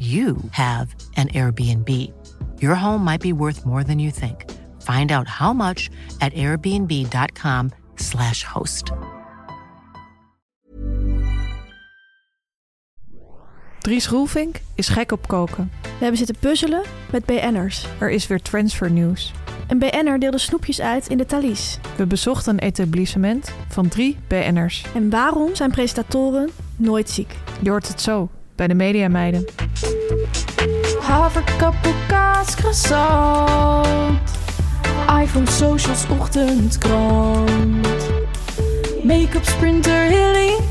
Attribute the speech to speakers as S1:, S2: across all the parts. S1: you have an Airbnb. Your home might be worth more than you think. Find out how much at airbnb.com/slash host.
S2: 3 Roelvink is gek op koken.
S3: We hebben zitten puzzelen met BN'ers.
S2: Er is weer transfernieuws.
S3: Een BN'er deelde snoepjes uit in de Thalys.
S2: We bezochten een etablissement van drie BN'ers.
S3: En waarom zijn presentatoren nooit ziek?
S2: Je hoort het zo bij de Mediameiden.
S4: Haverkappel, kaas, croissant. iPhone, socials, ochtendkrant. Make-up, sprinter, Hollywood.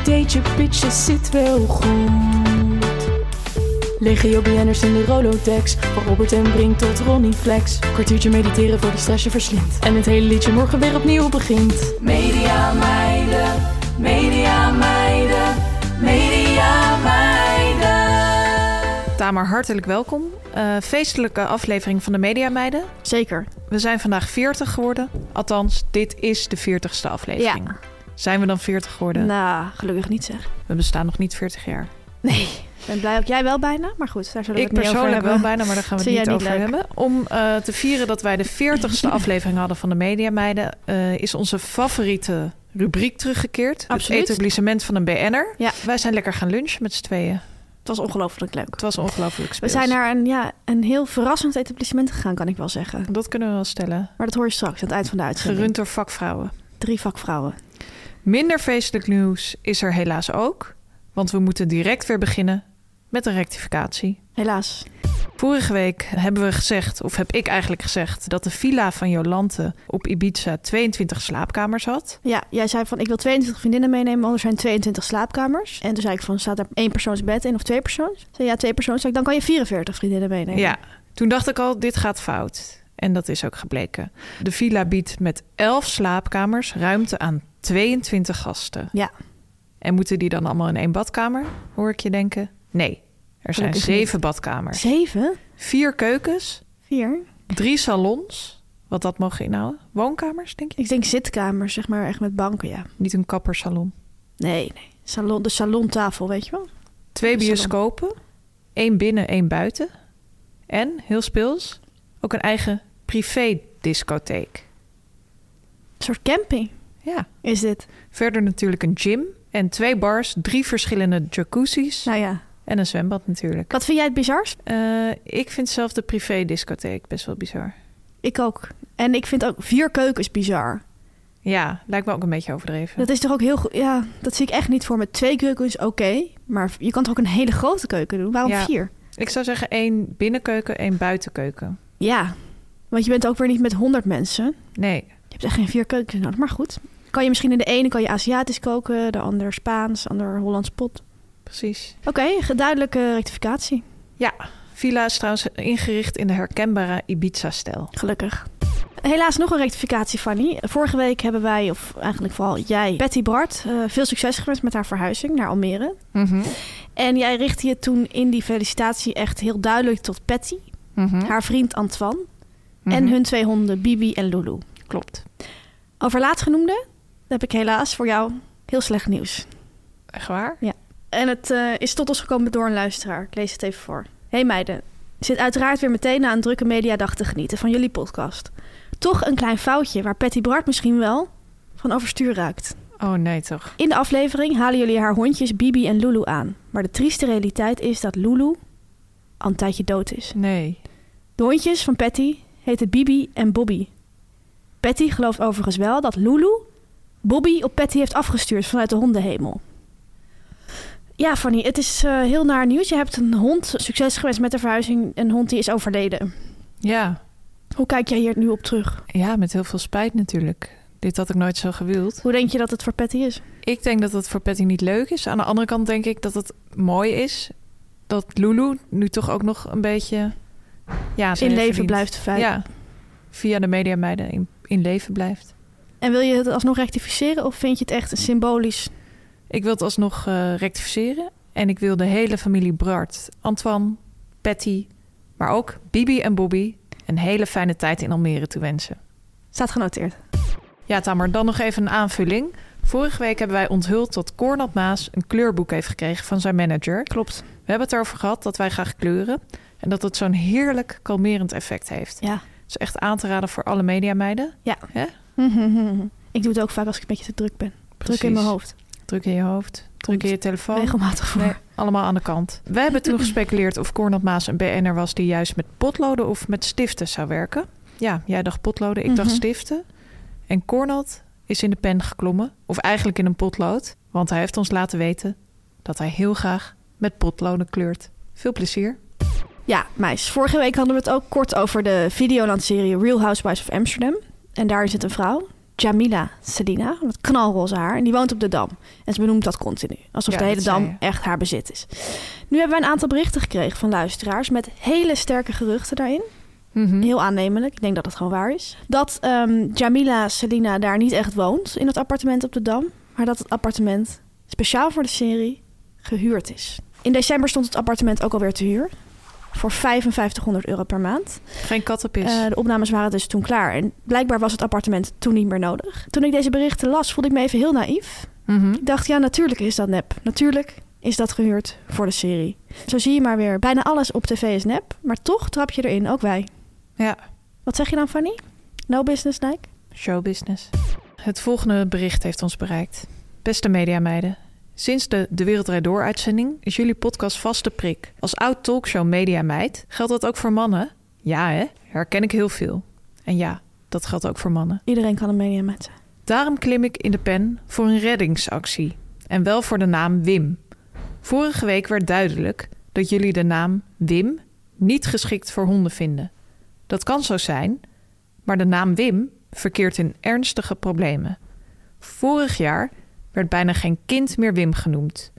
S4: Ideetje, pitje, zit wel goed. Legio BN'ers in de Rolodex. Van Robert en Brink tot Ronnie Flex. Kwartiertje mediteren voor de stress je verslindt. En het hele liedje morgen weer opnieuw begint. Media meiden, media meiden, media meiden.
S2: Tamer, hartelijk welkom. Eh, feestelijke aflevering van de Mediameiden.
S3: Zeker.
S2: We zijn vandaag 40 geworden. Althans, dit is de 40ste aflevering. Zijn we dan 40 geworden?
S3: Nou, gelukkig niet zeg.
S2: We bestaan nog niet 40 jaar.
S3: Nee. Ik ben blij ook jij wel bijna, maar goed, daar zullen we
S2: Ik
S3: het niet over
S2: persoonlijk
S3: hebben.
S2: wel bijna, maar daar gaan we het
S3: Vind
S2: niet
S3: jij
S2: over
S3: leuk?
S2: hebben. Om eh, te vieren dat wij de 40ste aflevering hadden van de Media Meiden, eh, is onze favoriete rubriek teruggekeerd.
S3: Absoluut.
S2: Het etablissement van een BN'er.
S3: Ja.
S2: Wij zijn lekker gaan lunchen met z'n tweeën.
S3: Het was ongelooflijk leuk.
S2: Het was ongelooflijk
S3: We
S2: speels.
S3: zijn naar een, ja, een heel verrassend etablissement gegaan, kan ik wel zeggen.
S2: Dat kunnen we wel stellen.
S3: Maar dat hoor je straks aan het eind van de uitzending.
S2: Gerund door vakvrouwen.
S3: Drie vakvrouwen.
S2: Minder feestelijk nieuws is er helaas ook. Want we moeten direct weer beginnen met een rectificatie.
S3: Helaas.
S2: Vorige week hebben we gezegd, of heb ik eigenlijk gezegd... dat de villa van Jolante op Ibiza 22 slaapkamers had.
S3: Ja, jij zei van ik wil 22 vriendinnen meenemen, want er zijn 22 slaapkamers. En toen zei ik van staat er één persoonsbed in of twee persoons? Zei ja, twee persoons. Zei ik, dan kan je 44 vriendinnen meenemen.
S2: Ja, toen dacht ik al, dit gaat fout. En dat is ook gebleken. De villa biedt met 11 slaapkamers ruimte aan 22 gasten.
S3: Ja.
S2: En moeten die dan allemaal in één badkamer, hoor ik je denken? Nee, er zijn
S3: Gelukkig
S2: zeven badkamers.
S3: Zeven?
S2: Vier keukens,
S3: Vier?
S2: drie salons, wat dat mogen inhouden. Woonkamers, denk je?
S3: Ik denk zitkamers, zeg maar echt met banken, ja.
S2: Niet een kappersalon.
S3: Nee, nee. Salon, de salontafel, weet je wel?
S2: Twee
S3: Salon.
S2: bioscopen, één binnen, één buiten. En, heel speels, ook een eigen privé-discotheek.
S3: Een soort camping
S2: Ja.
S3: is dit.
S2: Verder natuurlijk een gym en twee bars, drie verschillende jacuzzi's
S3: Nou ja.
S2: en een zwembad natuurlijk.
S3: Wat vind jij het bizarst?
S2: Eh, ik vind zelf de privé-discotheek best wel bizar.
S3: Ik ook. En ik vind ook vier keukens bizar.
S2: Ja, lijkt me ook een beetje overdreven.
S3: Dat is toch ook heel goed. Ja, dat zie ik echt niet voor. Met twee keukens, oké. maar je kan toch ook een hele grote keuken doen? Waarom
S2: Ja.
S3: vier?
S2: Ik zou zeggen één binnenkeuken, één buitenkeuken.
S3: Ja. Want je bent ook weer niet met honderd mensen.
S2: Nee,
S3: Je hebt echt geen vier keukens nodig, maar goed. Kan je misschien in de ene kan je Aziatisch koken, de ander Spaans, de ander Hollands pot.
S2: precies.
S3: Oké, duidelijke rectificatie.
S2: Ja, villa is trouwens ingericht in de herkenbare Ibiza-stijl.
S3: Gelukkig. Helaas nog een rectificatie, Fanny. Vorige week hebben wij, of eigenlijk vooral jij, Betty Bart, eh, veel succes gewenst met haar verhuizing naar Almere. Mhm. En jij richtte je toen in die felicitatie echt heel duidelijk tot Patty, haar vriend Antoine en hun twee honden Bibi en Lulu.
S2: Mhm. Klopt.
S3: Over laatstgenoemde heb ik helaas voor jou heel slecht nieuws.
S2: Echt waar?
S3: En het eh, is tot ons gekomen door een luisteraar. Ik lees het even voor. Hey meiden, zit uiteraard weer meteen na een drukke mediadag te genieten van jullie podcast. Toch een klein foutje waar Patty Bart misschien wel van overstuur raakt.
S2: Oh nee, toch?
S3: In de aflevering halen jullie haar hondjes Bibi en Lulu aan. Maar de trieste realiteit is dat Lulu al een tijdje dood is.
S2: Nee.
S3: De hondjes van Patty heten Bibi en Bobby. Patty gelooft overigens wel dat Lulu Bobby op Patty heeft afgestuurd vanuit de hondenhemel. Ja, Fanny, het is eh, heel naar nieuws. Je hebt een hond, succes geweest met de verhuizing, een hond die is overleden.
S2: Ja.
S3: Hoe kijk jij hier nu op terug?
S2: ja, met heel veel spijt natuurlijk. Dit had ik nooit zo gewild.
S3: Hoe denk je dat het voor Patty is?
S2: Ik denk dat het voor Patty niet leuk is. Aan de andere kant denk ik dat het mooi is dat Lulu nu toch ook nog een beetje ja, ze
S3: In
S2: heeft
S3: leven
S2: verdiend.
S3: blijft fijn.
S2: Ja, via de mediameiden in, in leven blijft.
S3: En wil je het alsnog rectificeren of vind je het echt symbolisch?
S2: Ik wil het alsnog eh, rectificeren. En ik wil de hele familie Bart, Antoine, Patty, maar ook Bibi en Bobby een hele fijne tijd in Almere toewensen.
S3: Staat genoteerd.
S2: Ja, Tamer, dan nog even een aanvulling. Vorige week hebben wij onthuld dat Cornel Maas een kleurboek heeft gekregen van zijn manager.
S3: Klopt.
S2: We hebben het erover gehad dat wij graag kleuren en dat het zo'n heerlijk kalmerend effect heeft.
S3: Ja.
S2: Het is echt aan te raden voor alle mediameiden.
S3: Ik doe het ook vaak als ik een beetje te druk ben. Druk in
S2: Precies.
S3: mijn hoofd.
S2: Druk in je hoofd, druk in je telefoon.
S3: Regelmatig voor.
S2: Nee, allemaal aan de kant. Wij hebben toen gespeculeerd of Cornel Maas een BN'er was die juist met potloden of met stiften zou werken. Ja, jij dacht potloden, ik dacht
S3: Mhm.
S2: stiften. En Cornald is in de pen geklommen, of eigenlijk in een potlood, want hij heeft ons laten weten dat hij heel graag met potloden kleurt. Veel plezier.
S3: Ja, meis. Vorige week hadden we het ook kort over de Videoland-serie Real Housewives of Amsterdam. En daarin zit een vrouw, Jamila Selina, met knalroze haar. En die woont op de Dam. En ze benoemt dat continu. Alsof
S2: Ja,
S3: de hele
S2: dat zei
S3: Dam
S2: je.
S3: echt haar bezit is. Nu hebben wij een aantal berichten gekregen van luisteraars met hele sterke geruchten daarin.
S2: Hm.
S3: Heel aannemelijk. Ik denk dat het gewoon waar is. Dat ehm, Jamila Selina daar niet echt woont in het appartement op de Dam. Maar dat het appartement speciaal voor de serie gehuurd is. In december stond het appartement ook alweer te huur. Voor 5500 euro per maand.
S2: Geen kattenpis.
S3: Eh, de opnames waren dus toen klaar. En blijkbaar was het appartement toen niet meer nodig. Toen ik deze berichten las, voelde ik me even heel naïef.
S2: Mhm.
S3: Ik dacht, ja, natuurlijk is dat nep. Natuurlijk is dat gehuurd voor de serie. Zo zie je maar weer, bijna alles op tv is nep. Maar toch trap je erin, ook wij.
S2: Ja,
S3: Wat zeg je dan, Fanny? No business, like?
S2: showbusiness. Het volgende bericht heeft ons bereikt. Beste mediameiden, sinds de De Wereld Draait Door uitzending is jullie podcast vaste prik. Als oud talkshow mediameid geldt dat ook voor mannen? Ja hè, herken ik heel veel. En ja, dat geldt ook voor mannen.
S3: Iedereen kan een media met zijn.
S2: Daarom klim ik in de pen voor een reddingsactie. En wel voor de naam Wim. Vorige week werd duidelijk dat jullie de naam Wim niet geschikt voor honden vinden. Dat kan zo zijn, maar de naam Wim verkeert in ernstige problemen. Vorig jaar werd bijna geen kind meer Wim genoemd.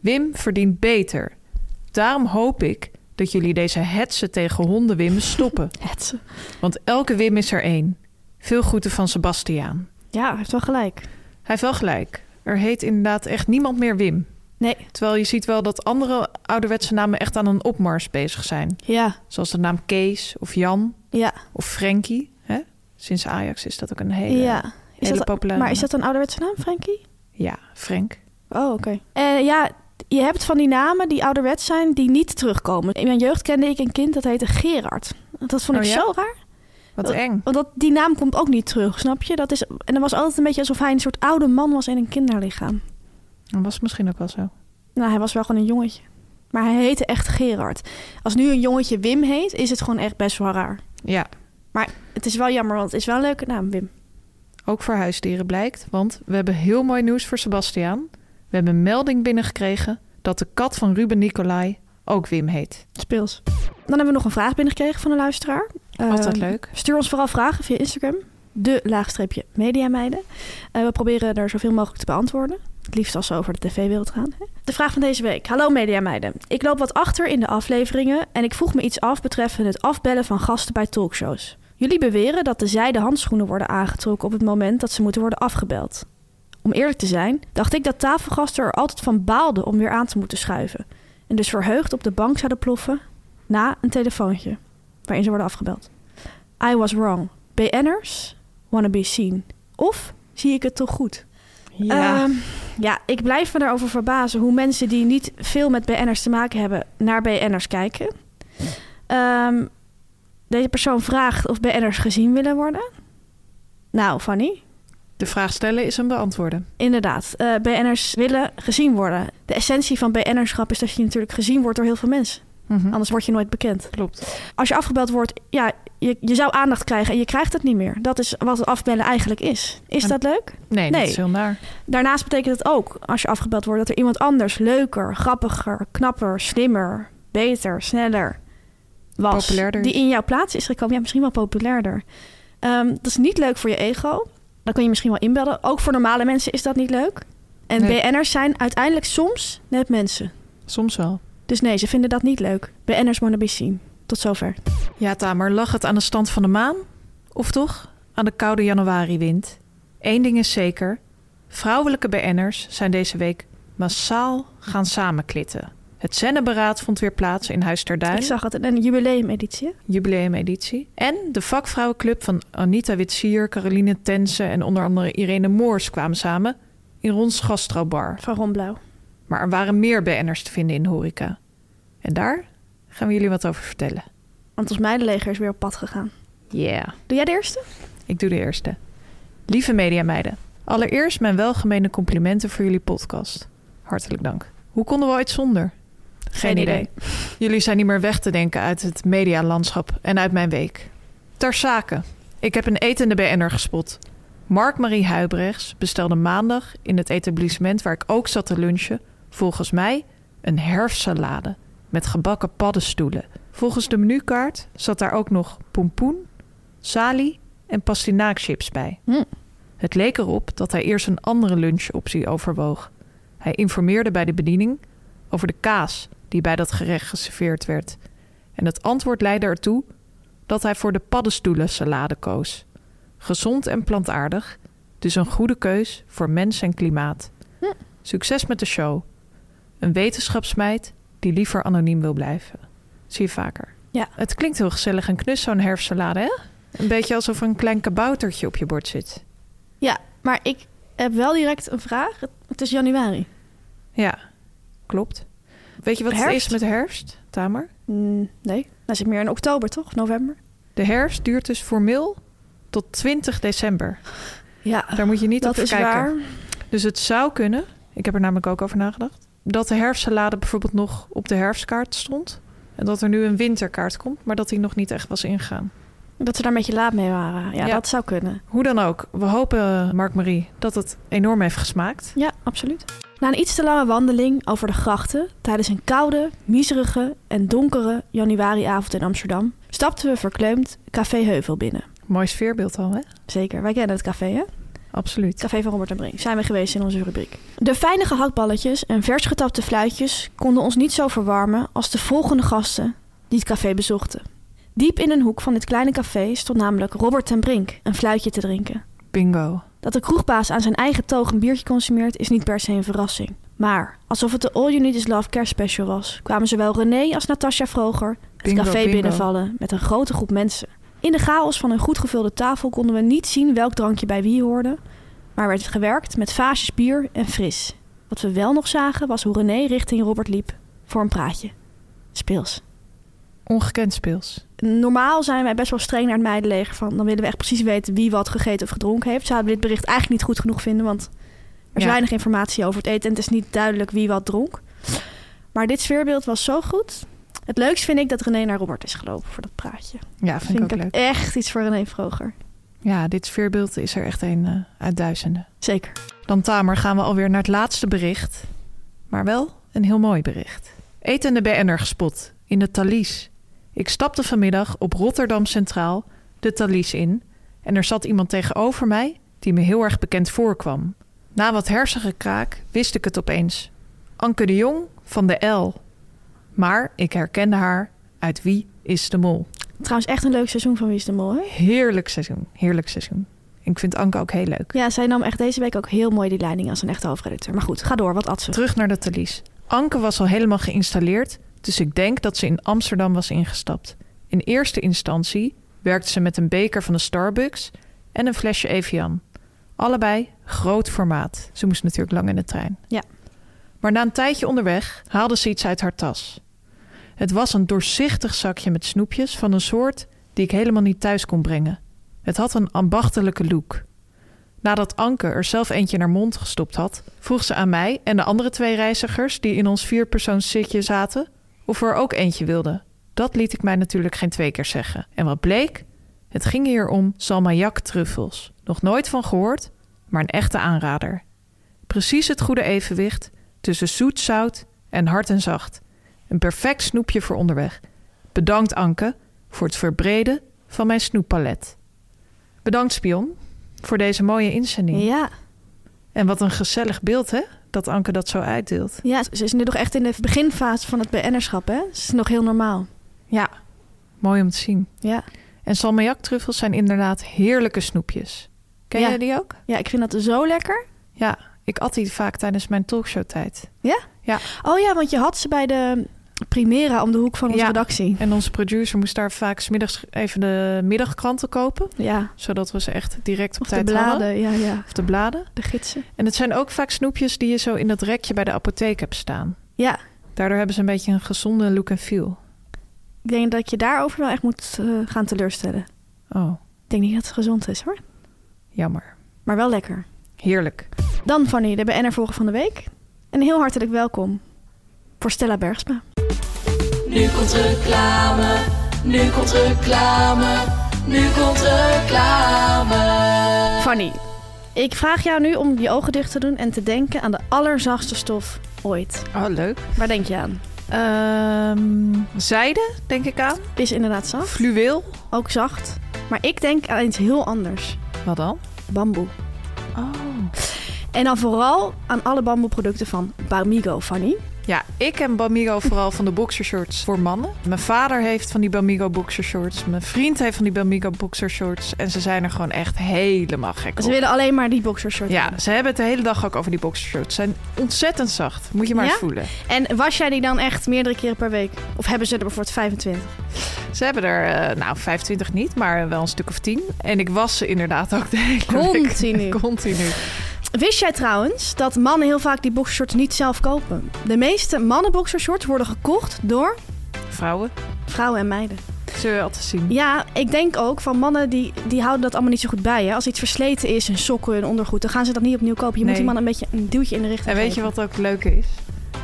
S2: Wim verdient beter. Daarom hoop ik dat jullie deze hetze tegen honden Wim stoppen.
S3: Hetsen.
S2: Want elke Wim is er één. Veel groeten van Sebastiaan.
S3: Ja, hij heeft wel gelijk.
S2: Hij heeft wel gelijk. Er heet inderdaad echt niemand meer Wim.
S3: Nee,
S2: Terwijl je ziet wel dat andere ouderwetse namen echt aan een opmars bezig zijn.
S3: ja,
S2: Zoals de naam Kees of Jan
S3: ja,
S2: of Frenkie. Hè? Sinds Ajax is dat ook een hele,
S3: ja. Is
S2: hele
S3: dat,
S2: populaire
S3: maar is dat een ouderwetse naam, Frankie?
S2: naam. Ja, Frank.
S3: Oh, oké. Eh, ja, je hebt van die namen die ouderwets zijn, die niet terugkomen. In mijn jeugd kende ik een kind dat heette Gerard. Dat vond ik
S2: Oh ja?
S3: zo raar.
S2: Wat
S3: Dat-
S2: eng.
S3: Want dat, die naam komt ook niet terug, snap je? Dat is, en dat was altijd een beetje alsof hij een soort oude man was in een kinderlichaam.
S2: Dat was misschien ook wel zo.
S3: Nou, hij was wel gewoon een jongetje. Maar hij heette echt Gerard. Als nu een jongetje Wim heet, is het gewoon echt best wel raar.
S2: Ja,
S3: Het is wel jammer, want het is wel een leuke naam, Wim.
S2: ook voor huisdieren blijkt. Want we hebben heel mooi nieuws voor Sebastiaan. We hebben een melding binnengekregen dat de kat van Ruben Nicolai ook Wim heet.
S3: Speels. Dan hebben we nog een vraag binnengekregen van een luisteraar.
S2: Altijd
S3: Eh,
S2: leuk.
S3: Stuur ons vooral vragen via Instagram. De laagstreepje mediameiden. Eh, we proberen er zoveel mogelijk te beantwoorden. Het liefst als ze over de tv-wereld gaan. hè. De vraag van deze week. Hallo mediameiden. Ik loop wat achter in de afleveringen en ik vroeg me iets af betreffende het afbellen van gasten bij talkshows. Jullie beweren dat de zijde handschoenen worden aangetrokken op het moment dat ze moeten worden afgebeld. Om eerlijk te zijn, dacht ik dat tafelgasten er altijd van baalden om weer aan te moeten schuiven. En dus verheugd op de bank zouden ploffen na een telefoontje waarin ze worden afgebeld. I was wrong. BN'ers wanna be seen. Of zie ik het toch goed?
S4: Eh,
S3: Ehm, ja, ik blijf me daarover verbazen hoe mensen die niet veel met BN'ers te maken hebben naar BN'ers kijken. Ehm, deze persoon vraagt of BN'ers gezien willen worden. Nou, Fanny,
S2: De vraag stellen is een beantwoorden.
S3: inderdaad. eh BN'ers willen gezien worden. De essentie van BN'erschap is dat je natuurlijk gezien wordt door heel veel mensen. Anders word je nooit bekend.
S2: Klopt.
S3: Als je afgebeld wordt, ja, je, je zou aandacht krijgen en je krijgt het niet meer. Dat is wat het afbellen eigenlijk is. Is
S2: En-
S3: dat leuk?
S2: Nee,
S3: Nee.
S2: dat is heel naar.
S3: Daarnaast betekent het ook, als je afgebeld wordt, dat er iemand anders leuker, grappiger, knapper, slimmer, beter, sneller was.
S2: Populairder.
S3: Die in jouw plaats is gekomen. Ja, misschien wel populairder. Ehm, dat is niet leuk voor je ego. Dan kun je misschien wel inbellen. Ook voor normale mensen is dat niet leuk. En
S2: Nee.
S3: BN'ers zijn uiteindelijk soms net mensen.
S2: Soms wel.
S3: Dus nee, ze vinden dat niet leuk. BN'ers wanna be seen. Tot zover.
S2: Ja, Tamer, lag het aan de stand van de maan? Of toch aan de koude januariwind? Eén ding is zeker. Vrouwelijke BN'ers zijn deze week massaal gaan samenklitten. Het Zenneberaad vond weer plaats in Huis ter Duin.
S3: Ik zag het in een jubileumeditie. hè?
S2: jubileumeditie. En de vakvrouwenclub van Anita Witsier, Caroline Tense en onder andere Irene Moors kwamen samen in Rons Gastrobar.
S3: Van Ron Blauw.
S2: Maar er waren meer BN'ers te vinden in de horeca. En daar gaan we jullie wat over vertellen.
S3: Want ons meidenleger is weer op pad gegaan.
S2: Ja.
S3: Doe jij de eerste?
S2: Ik doe de eerste. Lieve mediameiden, allereerst mijn welgemeende complimenten voor jullie podcast. Hartelijk dank. Hoe konden we ooit zonder? Geen,
S3: idee.
S2: Jullie zijn niet meer weg te denken uit het medialandschap en uit mijn week. Ter zake. Ik heb een etende BN'er gespot. Mark-Marie Huibrechts bestelde maandag in het etablissement waar ik ook zat te lunchen... volgens mij een herfstsalade met gebakken paddenstoelen. Volgens de menukaart zat daar ook nog pompoen, salie en pastinaakchips bij.
S3: Hm.
S2: Het leek erop dat hij eerst een andere lunchoptie overwoog. Hij informeerde bij de bediening over de kaas die bij dat gerecht geserveerd werd. En het antwoord leidde ertoe dat hij voor de paddenstoelen salade koos. Gezond en plantaardig, dus een goede keus voor mens en klimaat.
S3: Hm.
S2: Succes met de show. Een wetenschapsmeid die liever anoniem wil blijven. Zie je vaker.
S3: Ja.
S2: Het klinkt heel gezellig en knus, zo'n herfstsalade, hè? Een beetje alsof er een klein kaboutertje op je bord zit.
S3: Ja, maar ik heb wel direct een vraag. Het- Het is januari.
S2: Ja, klopt. Weet je wat het
S3: Herfst?
S2: is met herfst, Tamer?
S3: Mm, nee, dat zit meer in oktober, toch? November?
S2: De herfst duurt dus formeel tot 20 december.
S3: Ja,
S2: Daar moet je niet
S3: dat
S2: op
S3: is
S2: kijken.
S3: waar.
S2: Dus het zou kunnen, ik heb er namelijk ook over nagedacht, dat de herfstsalade bijvoorbeeld nog op de herfstkaart stond. En dat er nu een winterkaart komt, maar dat die nog niet echt was ingegaan.
S3: Dat ze daar een beetje laat mee waren. Ja,
S2: Ja.
S3: dat zou kunnen.
S2: Hoe dan ook, we hopen, eh, Mark-Marie, dat het enorm heeft gesmaakt.
S3: Ja, absoluut. Na een iets te lange wandeling over de grachten tijdens een koude, miserige en donkere januariavond in Amsterdam, stapten we verkleumd Café Heuvel binnen.
S2: Mooi sfeerbeeld al, hè?
S3: Zeker, wij kennen het café, hè?
S2: Absoluut.
S3: Het café van Robert en Brink zijn we geweest in onze rubriek. De fijne gehaktballetjes en vers getapte fluitjes konden ons niet zo verwarmen als de volgende gasten die het café bezochten. Diep in een hoek van dit kleine café stond namelijk Robert ten Brink een fluitje te drinken.
S2: Bingo.
S3: Dat de kroegbaas aan zijn eigen toog een biertje consumeert is niet per se een verrassing. Maar alsof het de All You Need Is Love kerstspecial was, kwamen zowel René als Natasja Vroger het
S2: Bingo,
S3: café
S2: bingo.
S3: binnenvallen met een grote groep mensen. In de chaos van een goed gevulde tafel konden we niet zien welk drankje bij wie hoorde, maar werd gewerkt met vaasjes bier en fris. Wat we wel nog zagen was hoe René richting Robert liep voor een praatje. Speels.
S2: Ongekend speels.
S3: Normaal zijn wij best wel streng naar het meidenleger van. Dan willen we echt precies weten wie wat gegeten of gedronken heeft. Zouden we dit bericht eigenlijk niet goed genoeg vinden, want er is
S2: Ja.
S3: weinig informatie over het eten en het is niet duidelijk wie wat dronk. Maar dit sfeerbeeld was zo goed. Het leukst vind ik dat René naar Robert is gelopen voor dat praatje.
S2: Ja, vind, ik ook leuk.
S3: echt iets voor René Vroger.
S2: Ja, dit sfeerbeeld is er echt een eh, uit duizenden.
S3: Zeker.
S2: Dan Tamer gaan we alweer naar het laatste bericht. Maar wel een heel mooi bericht. Etende BN'er gespot in de Thalys. Ik stapte vanmiddag op Rotterdam Centraal de Thalys in... en er zat iemand tegenover mij die me heel erg bekend voorkwam. Na wat hersengekraak wist ik het opeens. Anke de Jong van de L. Maar ik herkende haar uit Wie is de Mol.
S3: Trouwens, echt een leuk seizoen van Wie is de Mol, hè?
S2: Heerlijk seizoen, heerlijk seizoen. Ik vind Anke ook heel leuk.
S3: Ja, zij nam echt deze week ook heel mooi die leiding als een echte hoofdredacteur. Maar goed, ga door, wat at ze?
S2: Terug naar de Thalys. Anke was al helemaal geïnstalleerd, dus ik denk dat ze in Amsterdam was ingestapt. In eerste instantie werkte ze met een beker van de Starbucks en een flesje Evian. Allebei groot formaat. Ze moest natuurlijk lang in de trein.
S3: Ja.
S2: Maar na een tijdje onderweg haalde ze iets uit haar tas. Het was een doorzichtig zakje met snoepjes van een soort die ik helemaal niet thuis kon brengen. Het had een ambachtelijke look. Nadat Anke er zelf eentje naar mond gestopt had, vroeg ze aan mij en de andere twee reizigers die in ons vierpersoonszitje zaten of we er ook eentje wilden. Dat liet ik mij natuurlijk geen twee keer zeggen. En wat bleek? Het ging hier om salmiak truffels. Nog nooit van gehoord, maar een echte aanrader. Precies het goede evenwicht tussen zoet, zout en hard en zacht. Een perfect snoepje voor onderweg. Bedankt Anke voor het verbreden van mijn snoeppalet. Bedankt Spion voor deze mooie inzending.
S3: Ja,
S2: En wat een gezellig beeld hè, dat Anke dat zo uitdeelt.
S3: ja, ze is nu nog echt in de beginfase van het BN'erschap, hè? Ze is nog heel normaal.
S2: Ja, mooi om te zien.
S3: Ja.
S2: En salmiaktruffels zijn inderdaad heerlijke snoepjes. Ken
S3: Ja.
S2: jij die ook?
S3: ja, ik vind dat zo lekker.
S2: Ja, ik at die vaak tijdens mijn talkshowtijd.
S3: Oh ja, want je had ze bij de Primera om de hoek van onze
S2: Ja.
S3: redactie.
S2: En onze producer moest daar vaak 's middags even de middagkranten kopen.
S3: Ja,
S2: Zodat we ze echt direct op
S3: of de
S2: tijd hadden.
S3: bladen. Ja, ja,
S2: Of de bladen.
S3: de gidsen.
S2: En het zijn ook vaak snoepjes die je zo in dat rekje bij de apotheek hebt staan.
S3: Ja,
S2: Daardoor hebben ze een beetje een gezonde look en feel.
S3: ik denk dat je daarover wel echt moet eh, gaan teleurstellen.
S2: Oh,
S3: Ik denk niet dat het gezond is, hoor.
S2: jammer.
S3: Maar wel lekker.
S2: Heerlijk.
S3: Dan Fanny, de BN'er volger van de week. En heel hartelijk welkom voor Stella Bergsma.
S4: Nu komt reclame, nu komt reclame, nu komt reclame.
S3: Fanny, ik vraag jou nu om je ogen dicht te doen en te denken aan de allerzachtste stof ooit.
S2: Oh, leuk.
S3: Waar denk je aan?
S2: Ehm, zijde, denk ik aan.
S3: Is inderdaad zacht,
S2: Fluweel.
S3: ook zacht. Maar ik denk aan iets heel anders.
S2: Wat dan?
S3: Bamboe.
S2: Oh.
S3: En dan vooral aan alle bamboeproducten van Bamigo, Fanny.
S2: Ja, ik ken Bamigo vooral van de boxershorts voor mannen. Mijn vader heeft van die Bamigo boxershorts. Mijn vriend heeft van die Bamigo boxershorts. En ze zijn er gewoon echt helemaal gek op.
S3: Ze willen alleen maar die boxershort.
S2: Ja, ze hebben het de hele dag ook over die boxershorts. Ze zijn ontzettend zacht. Moet je maar
S3: Ja?
S2: eens voelen.
S3: En was jij die dan echt meerdere keren per week? Of hebben ze er bijvoorbeeld 25?
S2: Ze hebben er, eh, nou, 25 niet, maar wel een stuk of 10. En ik was ze inderdaad ook de hele
S3: Continu.
S2: week. Continu.
S3: Wist jij trouwens dat mannen heel vaak die boxershorts niet zelf kopen? De meeste mannenboxershorts worden gekocht door
S2: Vrouwen,
S3: vrouwen en meiden.
S2: zullen we altijd zien.
S3: Ja, ik denk ook van mannen die, die houden dat allemaal niet zo goed bij. Hè? Als iets versleten is, een sokken, een ondergoed, dan gaan ze dat niet opnieuw kopen. Je moet
S2: Nee.
S3: die man een beetje een duwtje in de richting
S2: En weet je
S3: geven.
S2: wat ook leuk is?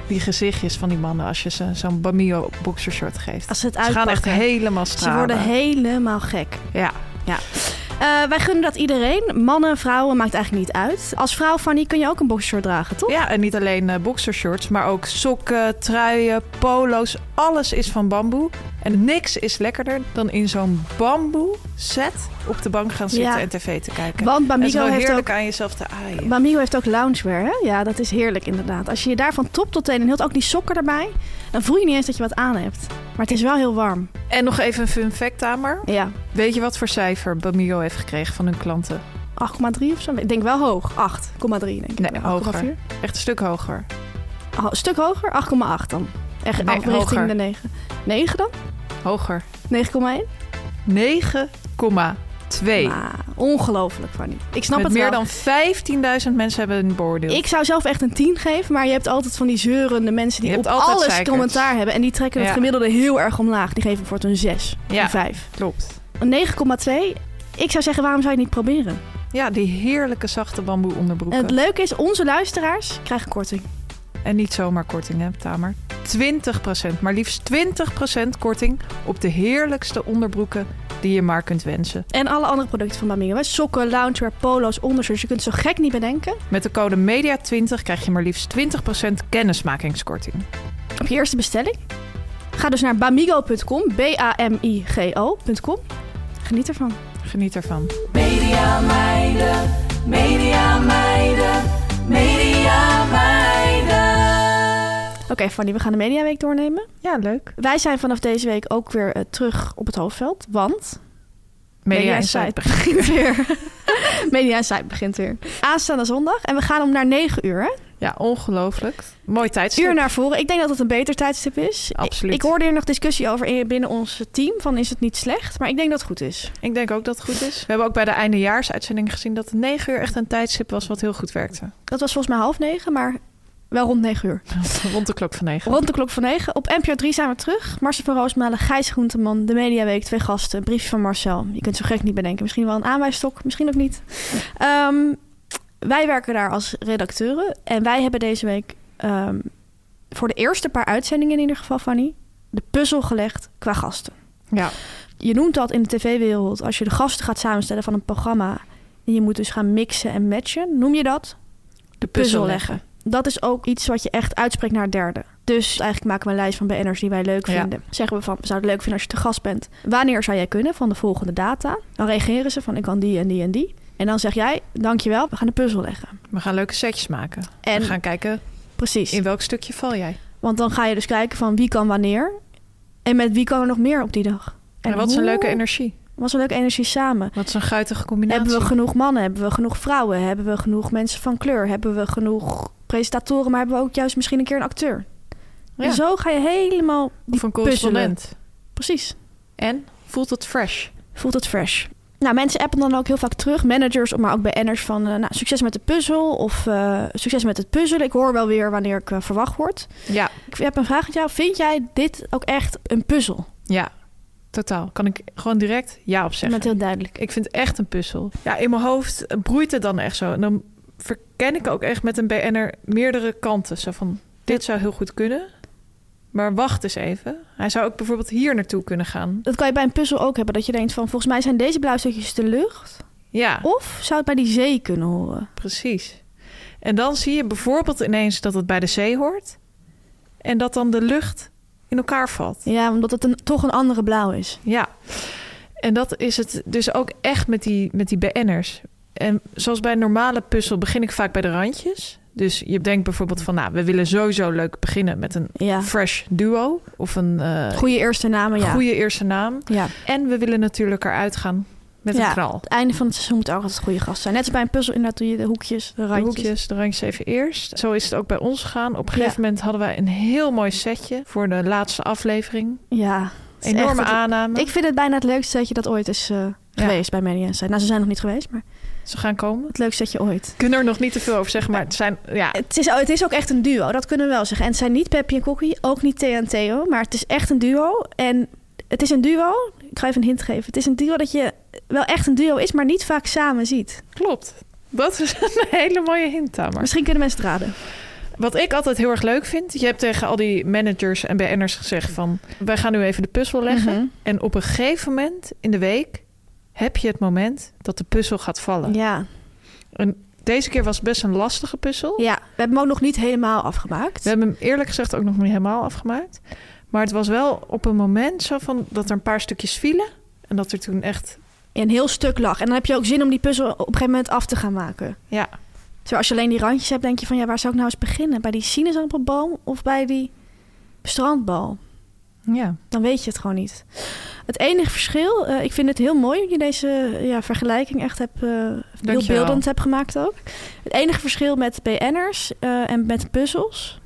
S2: Die gezichtjes van die mannen als je ze zo'n Bamigo boxershort geeft.
S3: Als ze het
S2: Ze gaan
S3: uitpakken.
S2: echt helemaal
S3: ze
S2: stralen.
S3: worden helemaal gek.
S2: Ja.
S3: Eh, wij gunnen dat iedereen. Mannen, vrouwen, maakt eigenlijk niet uit. Als vrouw, Fanny, kun je ook een boxershort dragen, toch?
S2: ja, en niet alleen eh boxershorts, maar ook sokken, truien, polo's. Alles is van bamboe. En niks is lekkerder dan in zo'n bamboe set op de bank gaan zitten
S3: Ja.
S2: en tv te kijken.
S3: Want
S2: en zo
S3: Bamigo heeft ook
S2: heerlijk aan jezelf te aaien.
S3: Bamigo heeft ook loungewear, hè? Ja, dat is heerlijk inderdaad. Als je je daar van top tot teen en hield ook die sokken erbij, dan voel je niet eens dat je wat aan hebt. Maar het is wel heel warm.
S2: En nog even een fun fact, Tamer.
S3: Ja,
S2: Weet je wat voor cijfer Bamigo heeft gekregen van hun klanten?
S3: 8,3 of zo. Ik denk wel hoog. 8,3 denk ik.
S2: Nee,
S3: 8,4.
S2: hoger. Echt een stuk hoger.
S3: Oh, een stuk hoger, 8,8 dan. Echt
S2: Nee,
S3: af- richting
S2: hoger.
S3: de 9. 9 dan?
S2: Hoger.
S3: 9,1?
S2: 9,2.
S3: Maar ongelooflijk, Fanny. Ik Nou, snap
S2: Met
S3: het
S2: meer
S3: wel.
S2: dan 15.000 mensen hebben een beoordeeld.
S3: Ik zou zelf echt een 10 geven, maar je hebt altijd van die zeurende mensen die
S2: Je
S3: op
S2: hebt altijd
S3: alles
S2: zeikers.
S3: commentaar hebben. En die trekken het
S2: Ja.
S3: gemiddelde heel erg omlaag. Die geven voor een 6,
S2: Ja.
S3: een 5.
S2: Klopt.
S3: Een 9,2. Ik zou zeggen, waarom zou je het niet proberen?
S2: Ja, die heerlijke zachte bamboe
S3: En
S2: onderbroeken.
S3: het
S2: En,
S3: leuke is, onze luisteraars krijgen korting.
S2: niet zomaar korting, hè, Tamer? 20%, maar liefst 20% korting op de heerlijkste onderbroeken die je maar kunt wensen.
S3: En alle andere producten van Bamigo. hè. Sokken, loungewear, polo's, ondershirts. Je kunt het zo gek niet bedenken.
S2: Met de code MEDIA20 krijg je maar liefst 20% kennismakingskorting.
S3: Op je eerste bestelling. Ga dus naar bamigo.com. B-A-M-I-G-O.com. Geniet ervan.
S2: Geniet ervan.
S4: Media meiden, media meiden, media meiden.
S3: Oké Fanny, we gaan de Mediaweek doornemen.
S2: Ja, leuk.
S3: Wij zijn vanaf deze week ook weer eh, terug op het hoofdveld. Want
S2: Media
S3: Insight
S2: Insight.
S3: begint weer. Media Insight begint weer. Aanstaande zondag. En we gaan om naar 9 uur. Hè?
S2: Ja, ongelooflijk. Mooi tijdstip.
S3: uur naar voren. Ik denk dat het een beter tijdstip is.
S2: Absoluut.
S3: Ik, ik hoorde hier nog discussie over in- binnen ons team. Van is het niet slecht? Maar ik denk dat het goed is.
S2: Ik denk ook dat het goed is. We hebben ook bij de eindejaarsuitzending gezien dat 9 uur echt een tijdstip was wat heel goed werkte.
S3: Dat was volgens mij half negen. Maar Wel rond 9 uur.
S2: Rond de klok van negen.
S3: Rond de klok van 9. Op NPO 3 zijn we terug. Marcel van Roosmalen, Gijs Groenteman, de Mediaweek, twee gasten, een briefje van Marcel. Je kunt zo gek niet bedenken. Misschien wel een aanwijsstok, misschien ook niet. Ehm, wij werken daar als redacteuren. En wij hebben deze week ehm, voor de eerste paar uitzendingen in ieder geval, Fanny, de puzzel gelegd qua gasten.
S2: Ja.
S3: Je noemt dat in de tv-wereld, als je de gasten gaat samenstellen van een programma... en je moet dus gaan mixen en matchen, noem je dat
S2: De
S3: puzzel leggen. Dat is ook iets wat je echt uitspreekt naar derden. Dus eigenlijk maken we een lijst van BN'ers die wij leuk
S2: Ja.
S3: vinden. Zeggen we van, we zouden het leuk vinden als je te gast bent. Wanneer zou jij kunnen van de volgende data? Dan reageren ze van, ik kan die en die en die. En dan zeg jij, dankjewel, we gaan de puzzel leggen.
S2: We gaan leuke setjes maken.
S3: En
S2: We gaan kijken
S3: precies.
S2: in welk stukje val jij.
S3: Want dan ga je dus kijken van wie kan wanneer. En met wie kan er nog meer op die dag.
S2: En, wat is een
S3: hoe-
S2: leuke energie.
S3: Wat is een leuke energie samen.
S2: Wat is een guitige combinatie.
S3: Hebben we genoeg mannen? Hebben we genoeg vrouwen? Hebben we genoeg mensen van kleur? Hebben we genoeg presentatoren? Maar hebben we ook juist misschien een keer een acteur?
S2: Ja.
S3: En zo ga je helemaal die
S2: of een correspondent.
S3: Precies.
S2: En voelt het fresh.
S3: Voelt het fresh. Nou, mensen appen dan ook heel vaak terug. Managers, maar ook BN'ers van eh, nou, succes met de puzzel of eh, succes met het puzzelen. Ik hoor wel weer wanneer ik eh, verwacht word.
S2: Ja,
S3: Ik heb een vraag aan jou. Vind jij dit ook echt een puzzel?
S2: ja. Totaal. Kan ik gewoon direct ja op zeggen.
S3: Met heel duidelijk.
S2: Ik vind het echt een puzzel. Ja, in mijn hoofd broeit het dan echt zo. En dan verken ik ook echt met een BN'er meerdere kanten. Zo van, dit zou heel goed kunnen. Maar wacht eens even. Hij zou ook bijvoorbeeld hier naartoe kunnen gaan.
S3: Dat kan je bij een puzzel ook hebben. Dat je denkt van, volgens mij zijn deze blauwstukjes de lucht.
S2: Ja,
S3: Of zou het bij die zee kunnen horen?
S2: precies. En dan zie je bijvoorbeeld ineens dat het bij de zee hoort. En dat dan de lucht in elkaar valt.
S3: Ja, omdat het een, toch een andere blauw is.
S2: Ja, en dat is het dus ook echt met die, met die BN'ers. En zoals bij een normale puzzel begin ik vaak bij de randjes. Dus je denkt bijvoorbeeld van, nou, we willen sowieso leuk beginnen met een
S3: Ja.
S2: fresh duo. Of een eh,
S3: Goede eerste namen, ja.
S2: goede eerste naam.
S3: ja.
S2: En we willen natuurlijk eruit gaan met
S3: Ja,
S2: een knal.
S3: Het einde van het seizoen moet ook altijd goede gast zijn. Net als bij een puzzel inderdaad doe je de hoekjes, de
S2: De
S3: randjes.
S2: hoekjes, de randjes even eerst. Zo is het ook bij ons gegaan. Op een
S3: Ja.
S2: gegeven moment hadden wij een heel mooi setje voor de laatste aflevering.
S3: Ja. het is echt
S2: Enorme
S3: het-
S2: aanname.
S3: Ik vind het bijna het leukste dat je dat ooit is eh, geweest bij Media Insight. Nou, ze zijn nog niet geweest, maar
S2: Ze gaan komen.
S3: het leukste dat je ooit.
S2: Ik kan er nog niet te veel over zeggen, maar het zijn... Ja,
S3: Het is, het is ook echt een duo, dat kunnen we wel zeggen. En het zijn niet Peppy en Cookie, ook niet Thea en Theo, maar het is echt een duo. En het is een duo, ik ga even een hint geven. Het is een duo dat je wel echt een duo is, maar niet vaak samen ziet.
S2: Klopt. Dat is een hele mooie hint, Tamer.
S3: Misschien kunnen mensen het raden.
S2: Dus Wat ik altijd heel erg leuk vind... je hebt tegen al die managers en BN'ers gezegd van... wij gaan nu even de puzzel leggen. En op een gegeven moment in de week... heb je het moment dat de puzzel gaat vallen.
S3: Mhm. Ja.
S2: En deze keer was het best een lastige puzzel.
S3: ja, we hebben hem ook nog niet helemaal afgemaakt.
S2: We hebben hem eerlijk gezegd ook nog niet helemaal afgemaakt. Maar het was wel op een moment zo van... dat er een paar stukjes vielen. En dat er toen echt...
S3: Een heel stuk lag. En dan heb je ook zin om die puzzel op een gegeven moment af te gaan maken.
S2: ja,
S3: Terwijl als je alleen die randjes hebt, denk je van ja, waar zou ik nou eens beginnen? Bij die sinaasappelboom of bij die strandbal?
S2: ja.
S3: Dan weet je het gewoon niet. Het enige verschil, eh, ik vind het heel mooi dat je deze eh, ja, vergelijking echt hebt, eh, heel
S2: Dankjewel.
S3: beeldend hebt gemaakt ook. Het enige verschil met BN'ers eh, en met puzzels.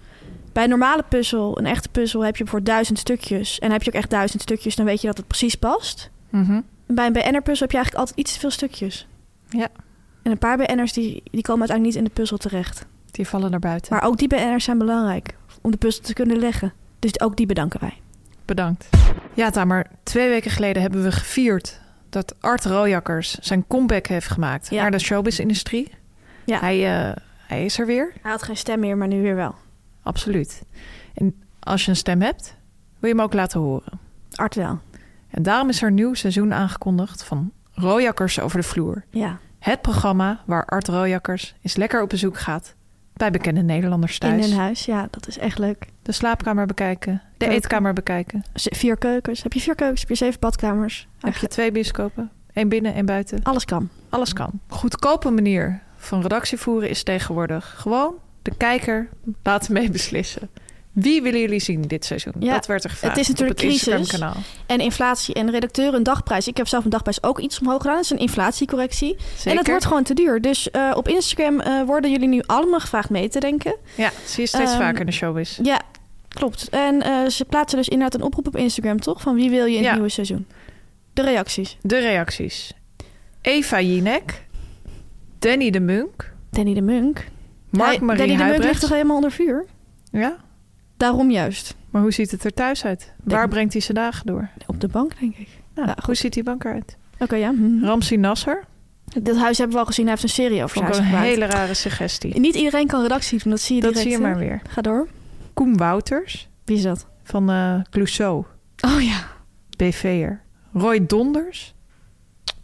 S3: Bij een normale puzzel, een echte puzzel, heb je voor duizend stukjes. En heb je ook echt duizend stukjes, dan weet je dat het precies past.
S2: Mhm.
S3: Bij een BN'er-puzzel heb je eigenlijk altijd iets te veel stukjes.
S2: Ja.
S3: En een paar BN'ers die, die komen uiteindelijk niet in de puzzel terecht.
S2: Die vallen naar buiten.
S3: Maar ook die BN'ers zijn belangrijk om de puzzel te kunnen leggen. Dus ook die bedanken wij.
S2: Bedankt. Ja, Tamer, twee weken geleden hebben we gevierd dat Art Rojakkers zijn comeback heeft gemaakt
S3: Ja.
S2: naar de showbiz-industrie.
S3: Ja.
S2: Hij, eh, hij is er weer,
S3: Hij had geen stem meer, maar nu weer wel.
S2: absoluut. En als je een stem hebt, wil je hem ook laten horen.
S3: Art wel.
S2: En daarom is er een nieuw seizoen aangekondigd van Rojakkers over de vloer.
S3: Ja.
S2: Het programma waar Art Rojakkers eens lekker op bezoek gaat bij bekende Nederlanders thuis.
S3: In hun huis. Ja, dat is echt leuk.
S2: De slaapkamer bekijken, de
S3: Keuken.
S2: eetkamer bekijken.
S3: Z- vier keukens. Heb je vier keukens? Heb je zeven badkamers?
S2: Heb je twee bioscopen, één binnen en buiten.
S3: Alles kan.
S2: Alles kan. Goedkope manier van redactie voeren is tegenwoordig gewoon de kijker laten meebeslissen. Wie willen jullie zien dit seizoen?
S3: Ja,
S2: dat werd er gevraagd.
S3: het is natuurlijk
S2: op het
S3: crisis.
S2: Instagram-kanaal.
S3: En inflatie en redacteur een dagprijs. Ik heb zelf een dagprijs ook iets omhoog gedaan. Dat is een inflatiecorrectie. En
S2: Zeker.
S3: dat wordt gewoon te duur. Dus eh, op Instagram eh, worden jullie nu allemaal gevraagd mee te denken.
S2: Ja, zie je steeds
S3: Ehm,
S2: vaker in de showbiz.
S3: Ja, klopt. En eh, ze plaatsen dus inderdaad een oproep op Instagram, toch? Van wie wil je in het
S2: Ja.
S3: nieuwe seizoen? De reacties.
S2: De reacties. Eva Jinek, Danny de Munk,
S3: Danny de Munk,
S2: Mark
S3: Hij-
S2: Marie
S3: Daddy de Meuk ligt
S2: Huibrecht.
S3: toch helemaal onder vuur?
S2: Ja,
S3: Daarom juist.
S2: maar hoe ziet het er thuis uit? Waar brengt hij zijn dagen door?
S3: Op de bank, denk ik.
S2: Nou,
S3: Ja,
S2: hoe ziet die bank eruit?
S3: Oké, ja. hm.
S2: Ramsi Nasser?
S3: Dat huis hebben we al gezien. Hij heeft een serie over
S2: Vond
S3: zijn
S2: ik
S3: huis
S2: een
S3: gemaakt.
S2: hele rare suggestie.
S3: Niet iedereen kan redactie doen, dat zie je
S2: Dat zie
S3: direct.
S2: je
S3: hè?
S2: maar weer.
S3: Ga door.
S2: Koen Wouters
S3: Wie is dat?
S2: van eh Clouseau,
S3: Oh ja.
S2: BV'er. Roy Donders.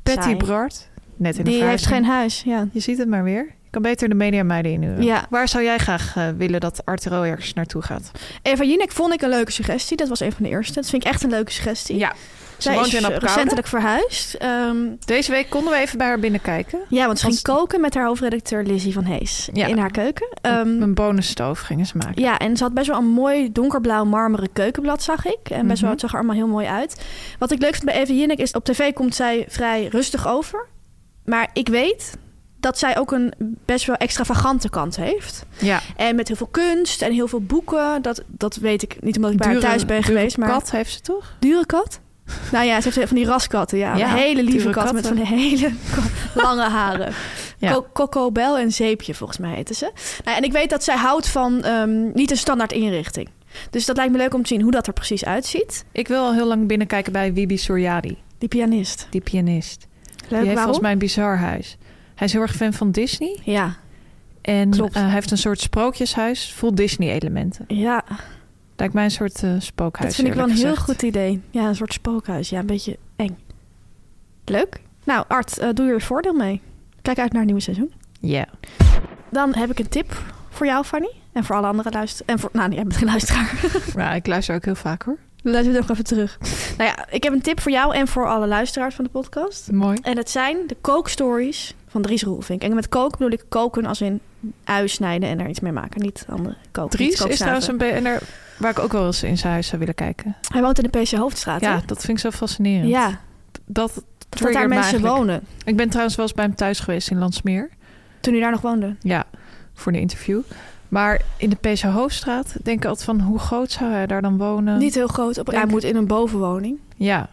S2: Patty
S3: Saai.
S2: Brart. Net in de
S3: Die heeft
S2: verhuizing.
S3: geen huis, ja.
S2: Je ziet het maar weer. Je kan beter de media meiden inhuren.
S3: Ja.
S2: Waar zou jij graag eh, willen dat Arturo ergens naartoe gaat?
S3: Eva Jinek vond ik een leuke suggestie. Dat was een van de eerste. Dat vind ik echt een leuke suggestie.
S2: Ze
S3: Zij
S2: woont
S3: is
S2: in Apeldoorn.
S3: recentelijk verhuisd. Ehm,
S2: Deze week konden we even bij haar binnenkijken.
S3: ja, want ze ging
S2: Was-
S3: koken met haar hoofdredacteur Lizzie van Hees
S2: Ja.
S3: in haar keuken. Ehm,
S2: Een bonusstoof gingen ze maken.
S3: ja, en ze had best wel een mooi donkerblauw marmeren keukenblad, zag ik. En best
S2: Mhm.
S3: wel, het zag er allemaal heel mooi uit. Wat ik leuk vind bij Eva Jinek is, op tv komt zij vrij rustig over. Maar ik weet dat zij ook een best wel extravagante kant heeft.
S2: Ja.
S3: En met heel veel kunst en heel veel boeken. Dat, dat weet ik niet omdat ik bij haar
S2: Dure-
S3: thuis ben
S2: dure
S3: geweest. Maar
S2: Kat heeft ze toch?
S3: Dure kat? Nou ja, ze heeft van die raskatten. Ja,
S2: Ja,
S3: een hele lieve
S2: dure
S3: kat met van
S2: katten.
S3: die hele lange haren.
S2: Ja.
S3: Co- Coco Bel en zeepje, volgens mij heten ze. Nou, ja, en ik weet dat zij houdt van ehm, niet een standaard inrichting. Dus dat lijkt me leuk om te zien hoe dat er precies uitziet.
S2: Ik wil al heel lang binnenkijken bij Wibi Suryadi,
S3: Die pianist.
S2: die pianist. die
S3: Leuk,
S2: heeft
S3: Eh, waarom?
S2: volgens mij een bizar huis. Hij is heel erg fan van Disney.
S3: Ja.
S2: En
S3: Klopt.
S2: eh, hij heeft een soort sprookjeshuis vol Disney-elementen.
S3: ja,
S2: Lijkt mij een soort eh, spookhuis.
S3: dat vind ik wel een
S2: eerlijk
S3: heel
S2: gezegd.
S3: goed idee. Ja, een soort spookhuis. Ja, een beetje eng. Leuk. Nou, Art, eh, doe er je voordeel mee. Kijk uit naar het nieuwe seizoen.
S2: Ja.
S3: Dan heb ik een tip voor jou, Fanny. En voor alle andere luisteraars. En voor, nou, jij bent geen luisteraar.
S2: Ja, ik luister ook heel vaak hoor.
S3: Luister het ook even terug. nou ja, ik heb een tip voor jou en voor alle luisteraars van de podcast.
S2: Mooi.
S3: En dat zijn de kookstories van Dries Roelvink. En met koken bedoel ik koken als in ui snijden en er iets mee maken. Niet andere koken.
S2: Dries
S3: niet
S2: is trouwens
S3: kookstaven.
S2: een BN'er waar ik ook wel eens in zijn huis zou willen kijken.
S3: Hij woont in de PC Hoofdstraat,
S2: Ja,
S3: hè?
S2: dat vind ik zo fascinerend.
S3: Ah, Ja,
S2: Dat,
S3: dat daar
S2: me
S3: mensen
S2: eigenlijk.
S3: wonen.
S2: ik ben trouwens wel eens bij hem thuis geweest in Landsmeer.
S3: Toen hij daar nog woonde.
S2: Ja, voor een interview. Maar in de PC Hoofdstraat denk ik altijd van hoe groot zou hij daar dan wonen?
S3: Niet heel groot. Op, hij
S2: Denk-
S3: moet in een bovenwoning.
S2: Ja,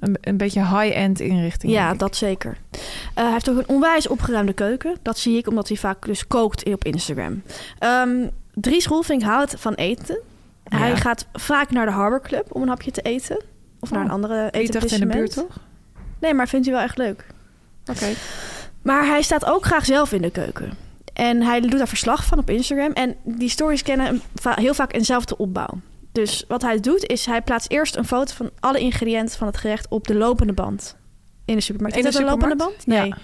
S2: een, een beetje high-end inrichting.
S3: Ja,
S2: denk ik.
S3: dat zeker. Eh, hij heeft ook een onwijs opgeruimde keuken. Dat zie ik omdat hij vaak dus kookt op Instagram. Ehm Dries Roelvink houdt van eten. Hij
S2: Ja.
S3: gaat vaak naar de Harbor Club om een hapje te eten. Of naar
S2: Oh,
S3: een andere
S2: Niet echt in de
S3: eetablissement.
S2: buurt toch?
S3: Nee, maar vindt hij wel echt leuk.
S2: Oké.
S3: Maar hij staat ook graag zelf in de keuken. En hij doet daar verslag van op Instagram. En die stories kennen hem va- heel vaak eenzelfde opbouw. Dus wat hij doet is, hij plaatst eerst een foto van alle ingrediënten van het gerecht op de lopende band. In de supermarkt.
S2: In
S3: Is
S2: de
S3: dat een lopende
S2: supermarkt?
S3: band?
S2: Ja.
S3: Nee.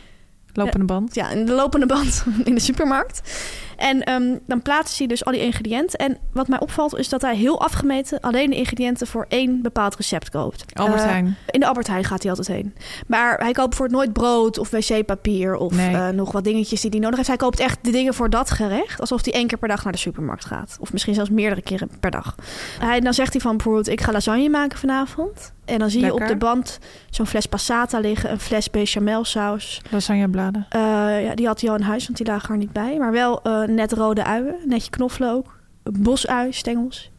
S2: Lopende band.
S3: Ja, in de lopende band in de supermarkt. En ehm, dan plaatst hij dus al die ingrediënten. En wat mij opvalt is dat hij heel afgemeten alleen de ingrediënten voor één bepaald recept koopt.
S2: Albert
S3: Eh,
S2: Heijn.
S3: in de Albert Heijn gaat hij altijd heen. Maar hij koopt voor het nooit brood of wc-papier of
S2: Nee.
S3: eh, nog wat dingetjes die hij nodig heeft. Hij koopt echt de dingen voor dat gerecht. Alsof hij één keer per dag naar de supermarkt gaat. Of misschien zelfs meerdere keren per dag. Hij, dan zegt hij van bijvoorbeeld, ik ga lasagne maken vanavond. En dan zie je op
S2: Lekker.
S3: de band zo'n fles passata liggen, een fles bechamel saus.
S2: Lasagnebladen.
S3: Eh, ja, die had hij al in huis, want die lagen er niet bij. Maar wel eh, net rode uien, netje knoflook, bosui, stengels.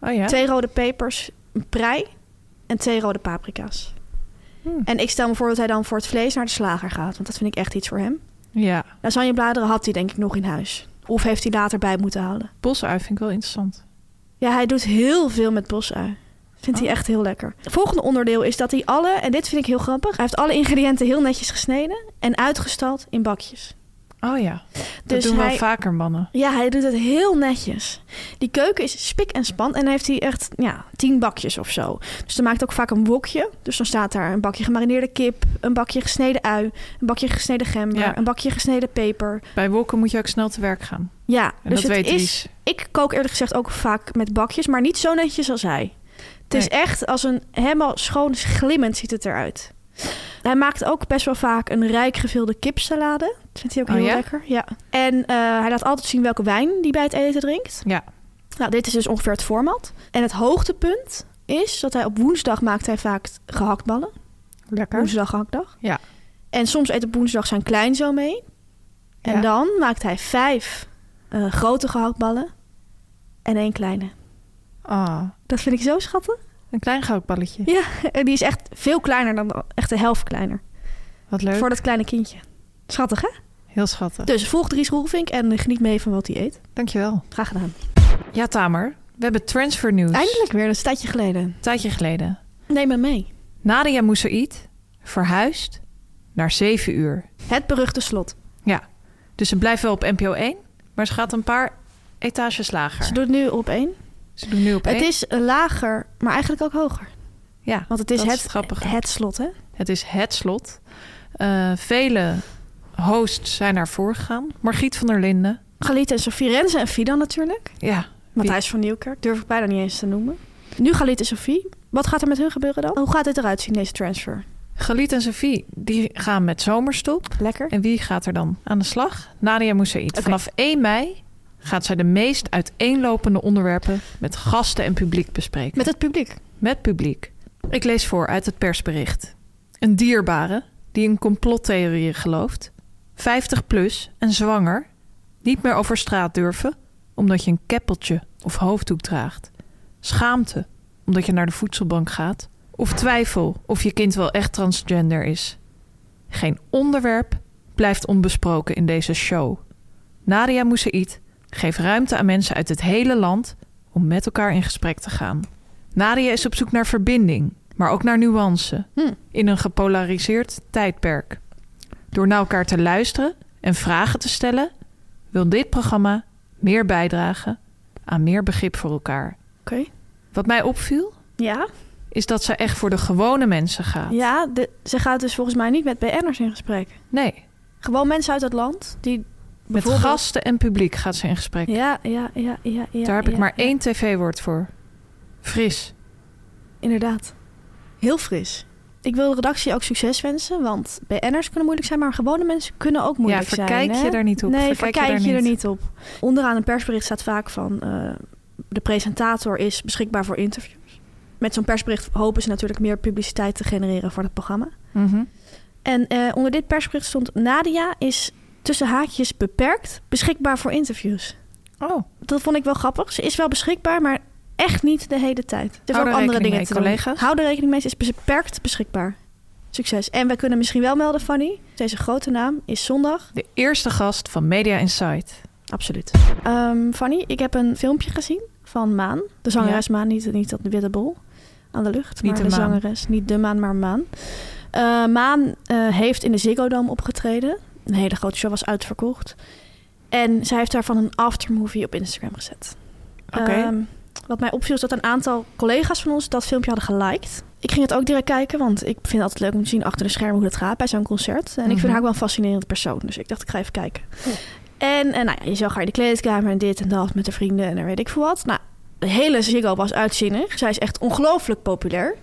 S2: Oh ja.
S3: Twee rode pepers, een prei en twee rode paprika's.
S2: Hmm.
S3: En ik stel me voor dat hij dan voor het vlees naar de slager gaat. Want dat vind ik echt iets voor hem.
S2: Ja.
S3: Lasagnebladeren had hij denk ik nog in huis. Of heeft hij later bij moeten halen.
S2: Bosui vind ik wel interessant.
S3: Ja, hij doet heel veel met bosui. Vindt hij
S2: Oh.
S3: echt heel lekker. Het volgende onderdeel is dat hij alle, en dit vind ik heel grappig... hij heeft alle ingrediënten heel netjes gesneden en uitgestald in bakjes.
S2: Oh ja. Dat
S3: Dus
S2: doen wel
S3: hij-
S2: vaker mannen.
S3: Ja, hij doet het heel netjes. Die keuken is spik en span en dan heeft hij echt ja, tien bakjes of zo. Dus dan maakt ook vaak een wokje. Dus dan staat daar een bakje gemarineerde kip, een bakje gesneden ui, een bakje gesneden gember,
S2: Ja.
S3: een bakje gesneden peper.
S2: Bij wokken moet je ook snel te werk gaan.
S3: Ja,
S2: En
S3: dus
S2: dat
S3: het
S2: weet
S3: is.
S2: Dries.
S3: Ik kook eerlijk gezegd ook vaak met bakjes, maar niet zo netjes als hij. Het is echt als een helemaal schoon glimmend ziet het eruit. Hij maakt ook best wel vaak een rijk gevulde kipsalade. Dat vindt hij ook
S2: Oh
S3: heel
S2: ja?
S3: lekker. Ja. En eh, hij laat altijd zien welke wijn hij bij het eten drinkt.
S2: Ja.
S3: Nou, dit is dus ongeveer het format. En het hoogtepunt is dat hij op woensdag maakt hij vaak gehaktballen.
S2: Lekker.
S3: Woensdag gehaktdag.
S2: Ja.
S3: En soms eet op woensdag zijn kleinzoon mee. En
S2: Ja.
S3: dan maakt hij vijf eh, grote gehaktballen en één kleine.
S2: Ah,
S3: Dat vind ik zo schattig.
S2: een klein goudballetje.
S3: Ja, en die is echt veel kleiner dan de, echt de helft kleiner.
S2: Wat leuk.
S3: Voor dat kleine kindje. Schattig, hè?
S2: Heel schattig.
S3: Dus volg Dries Roelvink en geniet mee van wat hij eet.
S2: Dankjewel.
S3: Graag gedaan.
S2: Ja, Tamer. We hebben transfernieuws.
S3: Dus Eindelijk weer, dat is een tijdje geleden.
S2: Een tijdje geleden.
S3: Neem me mee.
S2: Nadia Moussaïd verhuist naar 7 uur.
S3: Het beruchte slot.
S2: Ja. Dus ze blijft wel op NPO 1, maar ze gaat een paar etages lager.
S3: Ze doet nu op één.
S2: Ze doen nu op
S3: Het
S2: één.
S3: is lager, maar eigenlijk ook hoger.
S2: ja,
S3: Want het is,
S2: dat
S3: het,
S2: grappige.
S3: het slot, hè?
S2: Het is het slot. Eh, vele hosts zijn daarvoor gegaan. Margriet van der Linden.
S3: Galita en Sofie Renze en Fidan natuurlijk.
S2: Ja. Wie-
S3: Matthijs van Nieuwkerk, durf ik bijna niet eens te noemen. Nu Galit en Sofie. Wat gaat er met hun gebeuren dan? Hoe gaat dit eruit zien, deze transfer?
S2: Galit en Sophie die gaan met zomerstop.
S3: Lekker.
S2: En wie gaat er dan aan de slag? Nadia Moussaïd. Vanaf 1 mei gaat zij de meest uiteenlopende onderwerpen met gasten en publiek bespreken.
S3: Met het publiek.
S2: met publiek. Ik lees voor uit het persbericht. Een dierbare die in complottheorieën gelooft, 50 plus en zwanger, niet meer over straat durven omdat je een keppeltje of hoofddoek draagt. Schaamte omdat je naar de voedselbank gaat of twijfel of je kind wel echt transgender is. Geen onderwerp blijft onbesproken in deze show. Nadia Moussaïd geeft ruimte aan mensen uit het hele land om met elkaar in gesprek te gaan. Nadia is op zoek naar verbinding, maar ook naar nuance
S3: Hm.
S2: in een gepolariseerd tijdperk. Door naar elkaar te luisteren en vragen te stellen, wil dit programma meer bijdragen aan meer begrip voor elkaar.
S3: Oké.
S2: Wat mij opviel,
S3: Ja,
S2: is dat ze echt voor de gewone mensen gaat.
S3: ja de- ze gaat dus volgens mij niet met BN'ers in gesprek.
S2: Nee,
S3: Gewoon mensen uit het land die...
S2: met
S3: bijvoorbeeld-
S2: gasten en publiek gaat ze in gesprek.
S3: Ja, ja, ja, ja. ja
S2: Daar heb ik
S3: ja,
S2: maar
S3: ja.
S2: één tv-woord voor. Fris.
S3: Inderdaad. Heel fris. Ik wil de redactie ook succes wensen, want BN'ers kunnen moeilijk zijn, maar gewone mensen kunnen ook moeilijk
S2: ja,
S3: zijn.
S2: verkijk
S3: hè?
S2: je daar niet op.
S3: Nee,
S2: verkijk,
S3: verkijk
S2: daar
S3: je er niet op. Onderaan een persbericht staat vaak van... eh, de presentator is beschikbaar voor interviews. Met zo'n persbericht hopen ze natuurlijk meer publiciteit te genereren voor het programma.
S2: Mhm.
S3: En eh, onder dit persbericht stond... Nadia is tussen haakjes beperkt beschikbaar voor interviews.
S2: Oh,
S3: Dat vond ik wel grappig. Ze is wel beschikbaar, maar echt niet de hele tijd. Ze heeft
S2: Hou
S3: ook
S2: er
S3: andere
S2: rekening
S3: dingen
S2: mee,
S3: te
S2: collega's.
S3: doen. Hou er rekening mee, ze is beperkt beschikbaar. Succes. En wij kunnen misschien wel melden, Fanny. Deze grote naam is zondag.
S2: de eerste gast van Media Insight.
S3: Absoluut. Ehm, Fanny, ik heb een filmpje gezien van Maan. De zangeres Maan, niet, niet dat witte bol aan de lucht.
S2: Niet
S3: maar
S2: de
S3: de
S2: Maan.
S3: zangeres. Niet de Maan, maar Maan. Eh, Maan eh, heeft in de Ziggo Dome opgetreden. Een hele grote show was uitverkocht. En zij heeft daarvan een aftermovie op Instagram gezet.
S2: Oké.
S3: Ehm, wat mij opviel is dat een aantal collega's van ons dat filmpje hadden geliked. Ik ging het ook direct kijken, want ik vind het altijd leuk om te zien achter de schermen hoe dat gaat bij zo'n concert. En ik
S2: Mhm.
S3: vind haar ook wel een fascinerend persoon, dus ik dacht ik ga even kijken. En, eh, nou ja, je zag haar in de kleedkamer en dit en dat met de vrienden en dan weet ik veel wat. Nou, de hele Ziggo was uitzinnig. Zij is echt ongelooflijk populair.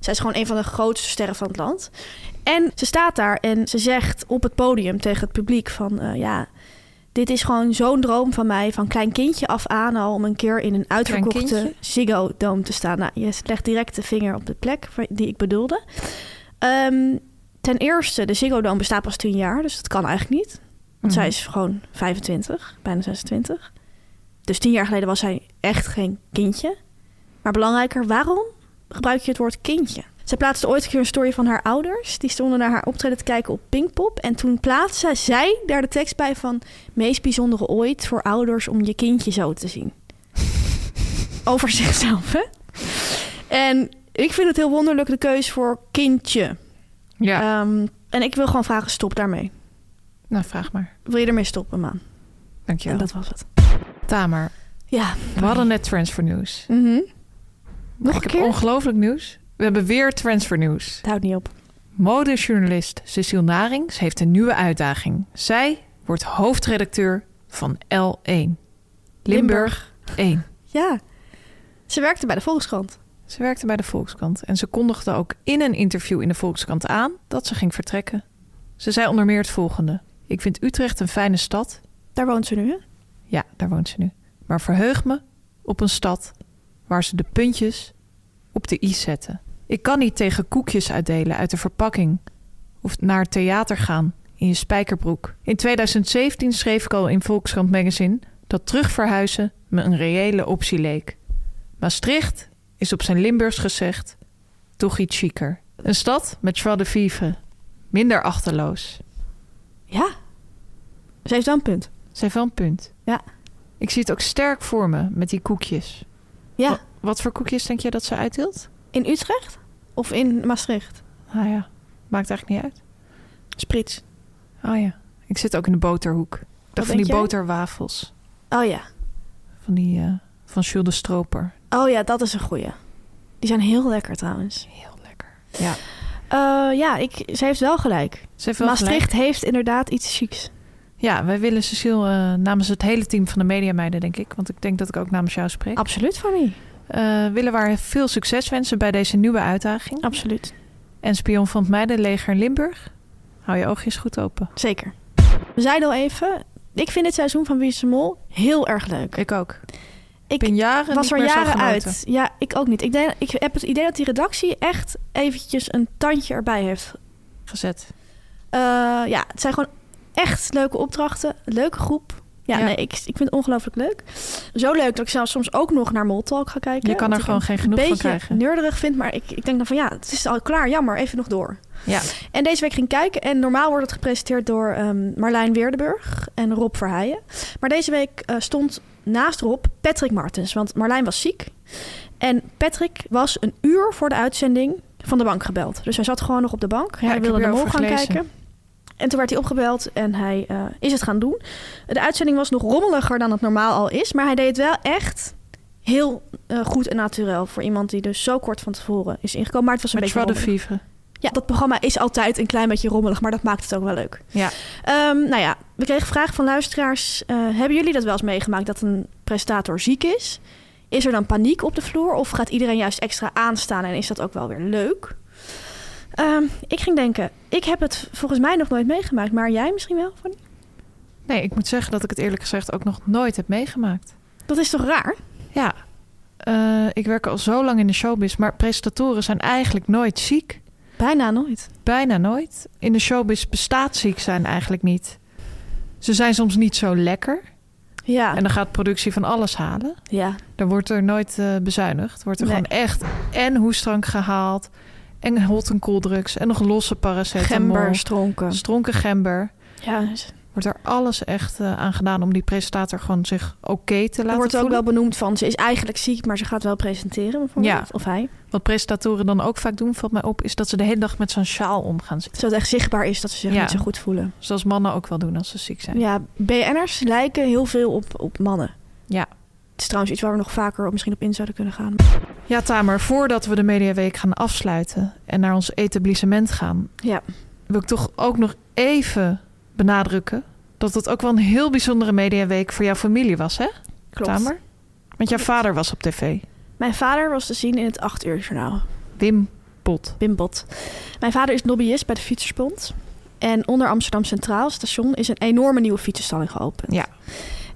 S3: Zij is gewoon een van de grootste sterren van het land. En ze staat daar en ze zegt op het podium tegen het publiek van... eh, ja, dit is gewoon zo'n droom van mij, van klein kindje af aan al... om een keer in een uitverkochte
S2: kindje?
S3: Ziggo Dome te staan. Nou, je legt direct de vinger op de plek waar- die ik bedoelde. Ehm, ten eerste, de Ziggo Dome bestaat pas 10 jaar, dus dat kan eigenlijk niet. Want zij is gewoon 25, bijna 26. Dus tien jaar geleden was zij echt geen kindje. Maar belangrijker, waarom gebruik je het woord kindje? Zij plaatste ooit een keer een story van haar ouders. Die stonden naar haar optreden te kijken op Pinkpop. En toen plaatste zij daar de tekst bij van... meest bijzondere ooit voor ouders om je kindje zo te zien. Over zichzelf, hè? En ik vind het heel wonderlijk de keuze voor kindje.
S2: Ja,
S3: Ehm, en ik wil gewoon vragen, stop daarmee.
S2: nou vraag maar.
S3: Wil je ermee stoppen, man? En
S2: Dankjewel.
S3: dat was het.
S2: Tamer,
S3: Ja.
S2: we hadden net transfernieuws.
S3: Mhm. Nog
S2: Ik
S3: een
S2: heb
S3: keer?
S2: ongelooflijk nieuws. We hebben weer transfernieuws.
S3: Het houdt niet op.
S2: Modejournalist Cecile Narings heeft een nieuwe uitdaging. Zij wordt hoofdredacteur van L1. Limburg 1.
S3: Ja. Ze werkte bij de Volkskrant.
S2: Ze werkte bij de Volkskrant en ze kondigde ook in een interview in de Volkskrant aan dat ze ging vertrekken. Ze zei onder meer het volgende. Ik vind Utrecht een fijne stad.
S3: Daar woont ze nu, hè?
S2: Ja, daar woont ze nu. Maar verheug me op een stad waar ze de puntjes op de i zetten. Ik kan niet tegen koekjes uitdelen uit de verpakking of naar het theater gaan in je spijkerbroek. In 2017 schreef ik al in Volkskrant Magazine dat terugverhuizen me een reële optie leek. Maastricht is op zijn Limburgs gezegd toch iets chiquer. Een stad met joie de vivre, minder achterloos.
S3: Ja. Ze heeft wel een punt.
S2: Ze heeft wel een punt.
S3: Ja.
S2: Ik zie het ook sterk voor me met die koekjes.
S3: Ja.
S2: Wa- Wat voor koekjes denk je dat ze uitdeelt?
S3: In Utrecht? Of in Maastricht?
S2: Nou ja, maakt eigenlijk niet uit.
S3: Sprits.
S2: Oh ja, ik zit ook in de boterhoek. Dat van
S3: denk
S2: die
S3: jij?
S2: boterwafels.
S3: Oh ja.
S2: Van die eh, van Jules de Stroper.
S3: Oh ja, dat is een goeie. Die zijn heel lekker trouwens.
S2: Heel lekker. Ja.
S3: Eh, ja, ik, ze heeft wel gelijk.
S2: Ze heeft wel
S3: Maastricht
S2: gelijk.
S3: heeft inderdaad iets chics.
S2: Ja, wij willen Cecile eh, namens het hele team van de Mediameiden, denk ik. Want ik denk dat ik ook namens jou spreek.
S3: Absoluut, Fanny.
S2: Eh, willen we haar veel succes wensen bij deze nieuwe uitdaging.
S3: Absoluut.
S2: En spion van het Meidenleger Limburg. Hou je oogjes goed open.
S3: Zeker. We zeiden al even, ik vind dit seizoen van Wie is de Mol heel erg leuk.
S2: Ik ook. Ik
S3: Ik
S2: ben jaren
S3: was
S2: niet
S3: er
S2: meer zo
S3: jaren
S2: genoten.
S3: uit. Ja, ik ook niet. Ik, denk, ik heb het idee dat die redactie echt eventjes een tandje erbij heeft
S2: gezet.
S3: Eh, ja, het zijn gewoon echt leuke opdrachten. Leuke groep. Ja,
S2: Ja.
S3: Nee, ik, ik vind het ongelooflijk leuk. Zo leuk dat ik zelfs soms ook nog naar Mol Talk ga kijken.
S2: Je kan er
S3: wat ik
S2: gewoon geen genoeg
S3: een
S2: van
S3: beetje
S2: krijgen.
S3: neurderig vind, maar ik, ik denk dan van ja, het is al klaar. Jammer, even nog door.
S2: Ja.
S3: En deze week ging ik kijken. En normaal wordt het gepresenteerd door ehm, Marlijn Weerdenburg en Rob Verheijen. Maar deze week eh, stond naast Rob Patrick Martens. Want Marlijn was ziek. En Patrick was een uur voor de uitzending van de bank gebeld. Dus hij zat gewoon nog op de bank.
S2: ik
S3: hij
S2: heb
S3: wilde de mol
S2: hierover
S3: gaan
S2: gelezen.
S3: kijken. En toen werd hij opgebeld en hij eh, is het gaan doen. De uitzending was nog rommeliger dan het normaal al is. Maar hij deed het wel echt heel eh, goed en naturel. Voor iemand die dus zo kort van tevoren is ingekomen. Maar het was een
S2: Met
S3: beetje
S2: Joie de
S3: rommelig.
S2: Vivre.
S3: Ja, dat programma is altijd een klein beetje rommelig, maar dat maakt het ook wel leuk.
S2: Ja.
S3: Ehm, nou ja, we kregen vragen van luisteraars. eh, hebben jullie dat wel eens meegemaakt dat een prestator ziek is? Is er dan paniek op de vloer of gaat iedereen juist extra aanstaan en is dat ook wel weer leuk? Ehm, ik ging denken, ik heb het volgens mij nog nooit meegemaakt, maar jij misschien wel? Fanny?
S2: Nee, ik moet zeggen dat ik het eerlijk gezegd ook nog nooit heb meegemaakt.
S3: Dat is toch raar?
S2: Ja. Eh, ik werk al zo lang in de showbiz, maar presentatoren zijn eigenlijk nooit ziek.
S3: Bijna nooit.
S2: Bijna nooit. In de showbiz bestaat ziek zijn eigenlijk niet. Ze zijn soms niet zo lekker.
S3: Ja,
S2: En dan gaat productie van alles halen.
S3: ja.
S2: Dan wordt er nooit eh, bezuinigd. Wordt er
S3: Nee.
S2: gewoon echt en hoestdrank gehaald. En hot en koeldrugs. En nog losse paracetamol.
S3: gember, stronken.
S2: Stronken gember.
S3: Ja,
S2: Wordt er alles echt eh, aan gedaan om die presentator gewoon zich oké te laten
S3: er wordt ook
S2: voelen.
S3: wel benoemd van, ze is eigenlijk ziek, maar ze gaat wel presenteren bijvoorbeeld.
S2: Ja.
S3: Of hij.
S2: Wat presentatoren dan ook vaak doen, valt mij op, is dat ze de hele dag met zo'n sjaal omgaan zitten.
S3: Zodat het echt zichtbaar is dat ze zich
S2: Ja.
S3: niet zo goed voelen.
S2: Zoals mannen ook wel doen als ze ziek zijn.
S3: Ja, BN'ers lijken heel veel op, op mannen.
S2: Ja.
S3: Het is trouwens iets waar we nog vaker op- misschien op in zouden kunnen gaan.
S2: Ja, Tamer, voordat we de Mediaweek gaan afsluiten en naar ons etablissement gaan,
S3: Ja.
S2: wil ik toch ook nog even benadrukken dat het ook wel een heel bijzondere Mediaweek voor jouw familie was, hè,
S3: Klopt.
S2: Tamer? Want jouw vader was op tv.
S3: Mijn vader was te zien in het 8 uur journaal.
S2: Wim Pot.
S3: Wim Bot. Mijn vader is lobbyist bij de Fietsersbond. En onder Amsterdam Centraal Station is een enorme nieuwe fietsenstalling geopend.
S2: Ja.